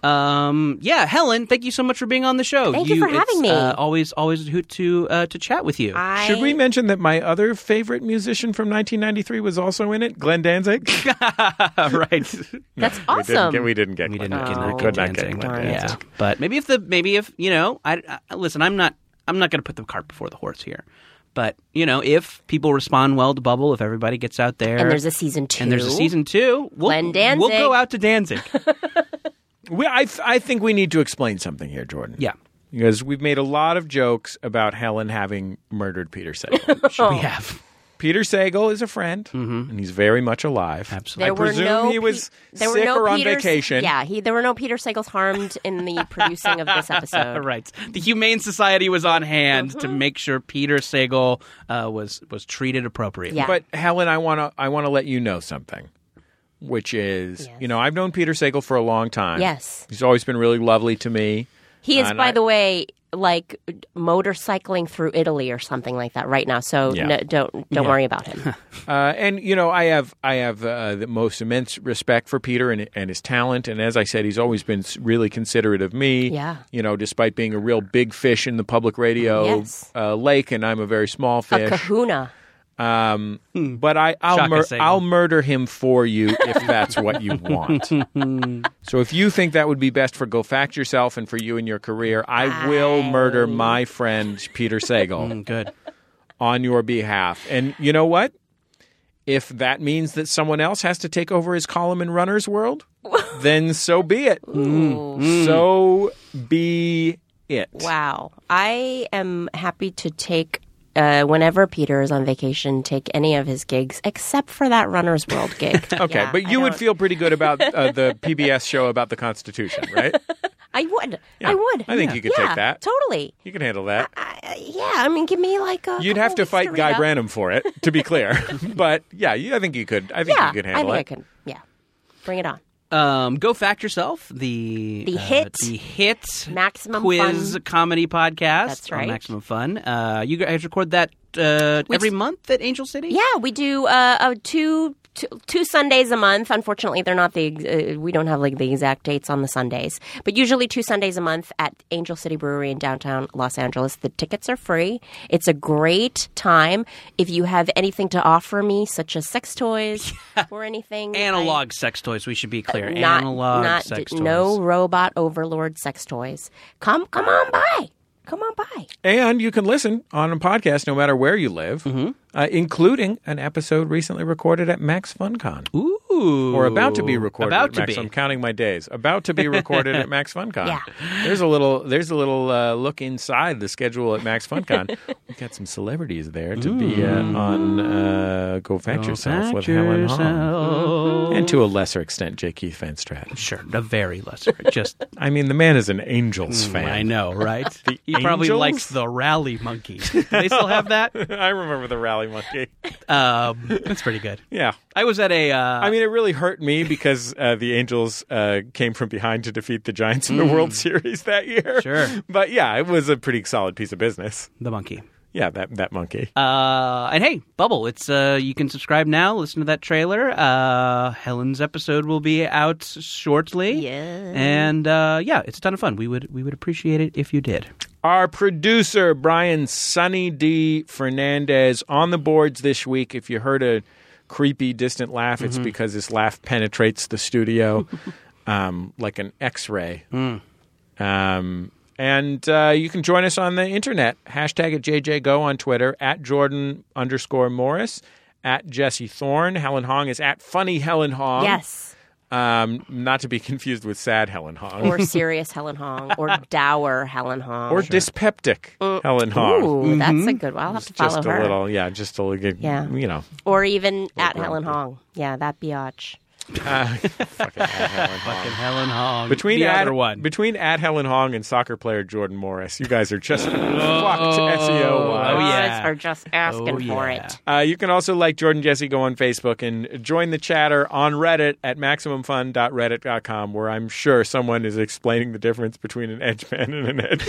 S3: Um, yeah, Helen, thank you so much for being on the show.
S4: Thank you for
S3: it's,
S4: having me.
S3: Uh, always, always a hoot to uh, to chat with you.
S4: I,
S2: Should we mention that my other favorite musician from 1993 was also in it, Glenn Danzig?
S4: Ah.
S3: right.
S4: That's
S2: We didn't
S4: awesome.
S2: get, we didn't get
S3: We
S2: Glenn
S3: didn't get
S2: Danzig.
S4: Oh.
S2: We
S3: Enrique
S2: could not
S3: Danzig.
S2: get Glenn
S4: Darn it.
S2: Danzig.
S3: Yeah, but maybe if the maybe if you know, I, I listen. I'm not I'm not going to put the cart before the horse here. But you know, if people respond well to Bubble, if everybody gets out there,
S4: and there's a season two.
S3: and there's a season two, we'll,
S4: Glenn
S3: we'll
S4: Danzig.
S3: go out to Danzig.
S2: We, I, th- I think we need to explain something here, Jordan.
S3: yeah,
S2: Because we've made a lot of jokes about Helen having murdered Peter Sagal.
S3: we have.
S2: Peter Sagal is a friend, and he's very much alive.
S3: Mm-hmm. Absolutely.
S4: There
S2: I
S4: were
S2: presume
S4: no
S2: he was
S4: Pe- there were
S2: sick
S4: no
S2: or on
S4: Peters-
S2: vacation.
S4: Yeah, he, there were no Peter Segals harmed in the producing of this episode.
S3: Right. The Humane Society was on hand to make sure Peter Sagal uh, was was treated appropriately.
S4: Yeah.
S2: But Helen, I want to I want to let you know something, which is, you know, I've known Peter Sagal for a long time.
S4: Yes.
S2: He's always been really lovely to me.
S4: He is,
S2: And
S4: by
S2: I-
S4: the way, like motorcycling through Italy or something like that right now. So
S2: Yeah.
S4: no, don't don't worry about him.
S2: Uh, and you know, I have I have uh, the most immense respect for Peter and and his talent. And as I said, he's always been s- really considerate of me.
S4: Yeah.
S2: You know, despite being a real big fish in the public radio
S4: Yes.
S2: uh, lake, and I'm a very small
S4: A
S2: fish.
S4: Kahuna.
S2: Um, but I, I'll
S3: Shaka
S2: mur-
S3: Segal.
S2: I'll murder him for you if that's what you want. so if you think that would be best for go fact yourself and for you and your career, I will murder my friend Peter Sagal
S3: Mm, Good.
S2: on your behalf. And you know what? If that means that someone else has to take over his column in Runner's World, then so be it. So be it.
S4: Mm, Wow. I am happy to take uh, whenever Peter is on vacation, take any of his gigs except for that Runner's World gig.
S2: Okay,
S4: Yeah,
S2: but
S4: I
S2: you would
S4: don't-
S2: feel pretty good about uh, the PBS show about the Constitution, right?
S4: I would. I would.
S2: I think you could take
S4: Yeah,
S2: that.
S4: Totally.
S2: You can handle that.
S4: Uh, yeah, I mean, give me like a.
S2: You'd
S4: couple
S2: have to
S4: weeks
S2: fight
S4: read
S2: Guy
S4: up.
S2: Branum for it, to be clear. but yeah, you, I think you could. I think
S4: Yeah,
S2: you could
S4: I
S2: handle
S4: think I
S2: it.
S4: could. Yeah, bring it on.
S3: Um, go fact yourself. The
S4: The
S3: uh,
S4: hit.
S3: the hit
S4: Maximum
S3: quiz
S4: Fun.
S3: comedy podcast.
S4: That's
S3: on
S4: right.
S3: Maximum Fun. Uh, you guys record that uh, every month at Angel City.
S4: Yeah, we do uh, uh, two. Two, two Sundays a month. Unfortunately, they're not the. ex- Uh, we don't have like the exact dates on the Sundays, but usually two Sundays a month at Angel City Brewery in downtown Los Angeles. The tickets are free. It's a great time. If you have anything to offer me, such as sex toys or anything,
S3: Analog sex toys. We should be clear.
S4: not,
S3: Analog
S4: not
S3: sex
S4: d-
S3: toys.
S4: no robot overlord sex toys. Come, come on by. Come on by.
S2: And you can listen on a podcast no matter where you live,
S4: Mm-hmm.
S2: uh, including an episode recently recorded at Max FunCon.
S3: Ooh.
S2: Or about to be recorded
S3: About
S2: at
S3: to
S2: Max.
S3: be.
S2: I'm counting my days. About to be recorded at Max FunCon. There's a little there's a little uh, look inside the schedule at Max FunCon. We've got some celebrities there to be uh, on uh, Go Fact Yourself with Helen Hahn. And to a lesser extent, J. Keith Van Stratton.
S3: Sure, a very lesser. Just
S2: I mean, the man is an Angels
S3: Mm,
S2: fan.
S3: I know, right?
S2: The
S3: he probably
S2: Angels?
S3: likes the rally monkey. they still have that.
S2: I remember the rally monkey.
S3: Um, that's pretty good.
S2: Yeah.
S3: I was at a. Uh,
S2: I mean, it really hurt me because uh, the Angels uh, came from behind to defeat the Giants in the
S3: Mm.
S2: World Series that year.
S3: Sure.
S2: But yeah, it was a pretty solid piece of business.
S3: The monkey.
S2: Yeah, that, that monkey.
S3: Uh, and hey, Bubble, it's uh, you can subscribe now. Listen to that trailer. Uh, Helen's episode will be out shortly. Yeah, and uh, yeah, it's a ton of fun. We would we would appreciate it if you did.
S2: Our producer, Brian Sunny D. Fernandez, on the boards this week. If you heard a creepy, distant laugh, it's
S3: Mhm.
S2: because this laugh penetrates the studio um, like an x ray. Um, and uh, you can join us on the internet. Hashtag at JJGo on Twitter, at Jordan underscore Morris, at Jesse Thorne. Helen Hong is at Funny Helen Hong.
S4: Yes.
S2: Um, not to be confused with Sad Helen Hong.
S4: Or serious Helen Hong, or dour Helen Hong,
S2: Or dyspeptic Helen Hong.
S4: Uh,
S2: Mm-hmm.
S4: Ooh, that's a good one. I'll have to follow
S2: just
S4: her.
S2: a little, yeah, just a little,
S4: Yeah.
S2: you know.
S4: Or even at
S2: Little
S4: Helen Hong. Yeah, that biatch.
S2: Uh, fucking Helen Hong.
S3: Fucking Helen Hong.
S2: Between
S3: the
S2: at,
S3: other one.
S2: between at Helen Hong and soccer player Jordan Morris, you guys are just fucked SEO wise.
S3: Oh,
S4: Guys are just asking for it.
S2: Uh, you can also like Jordan Jesse Go on Facebook and join the chatter on Reddit at maximumfun.reddit.com, where I'm sure someone is explaining the difference between an edgeman and an edge.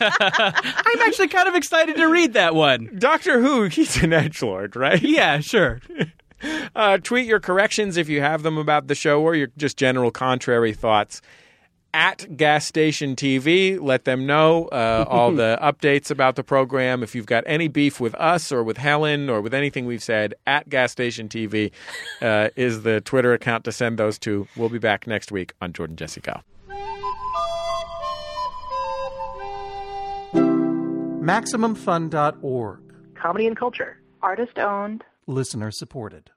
S3: I'm actually kind of excited to read that one.
S2: Doctor Who, he's an edge lord, right?
S3: Yeah, sure.
S2: uh, tweet your corrections if you have them about the show or your just general contrary thoughts at gas station tv let them know uh, all the updates about the program if you've got any beef with us or with helen or with anything we've said at gas station tv uh, is the twitter account to send those to we'll be back next week on jordan jesse go
S13: MaximumFun.org.
S14: Comedy and culture. Artist owned.
S13: Listener supported.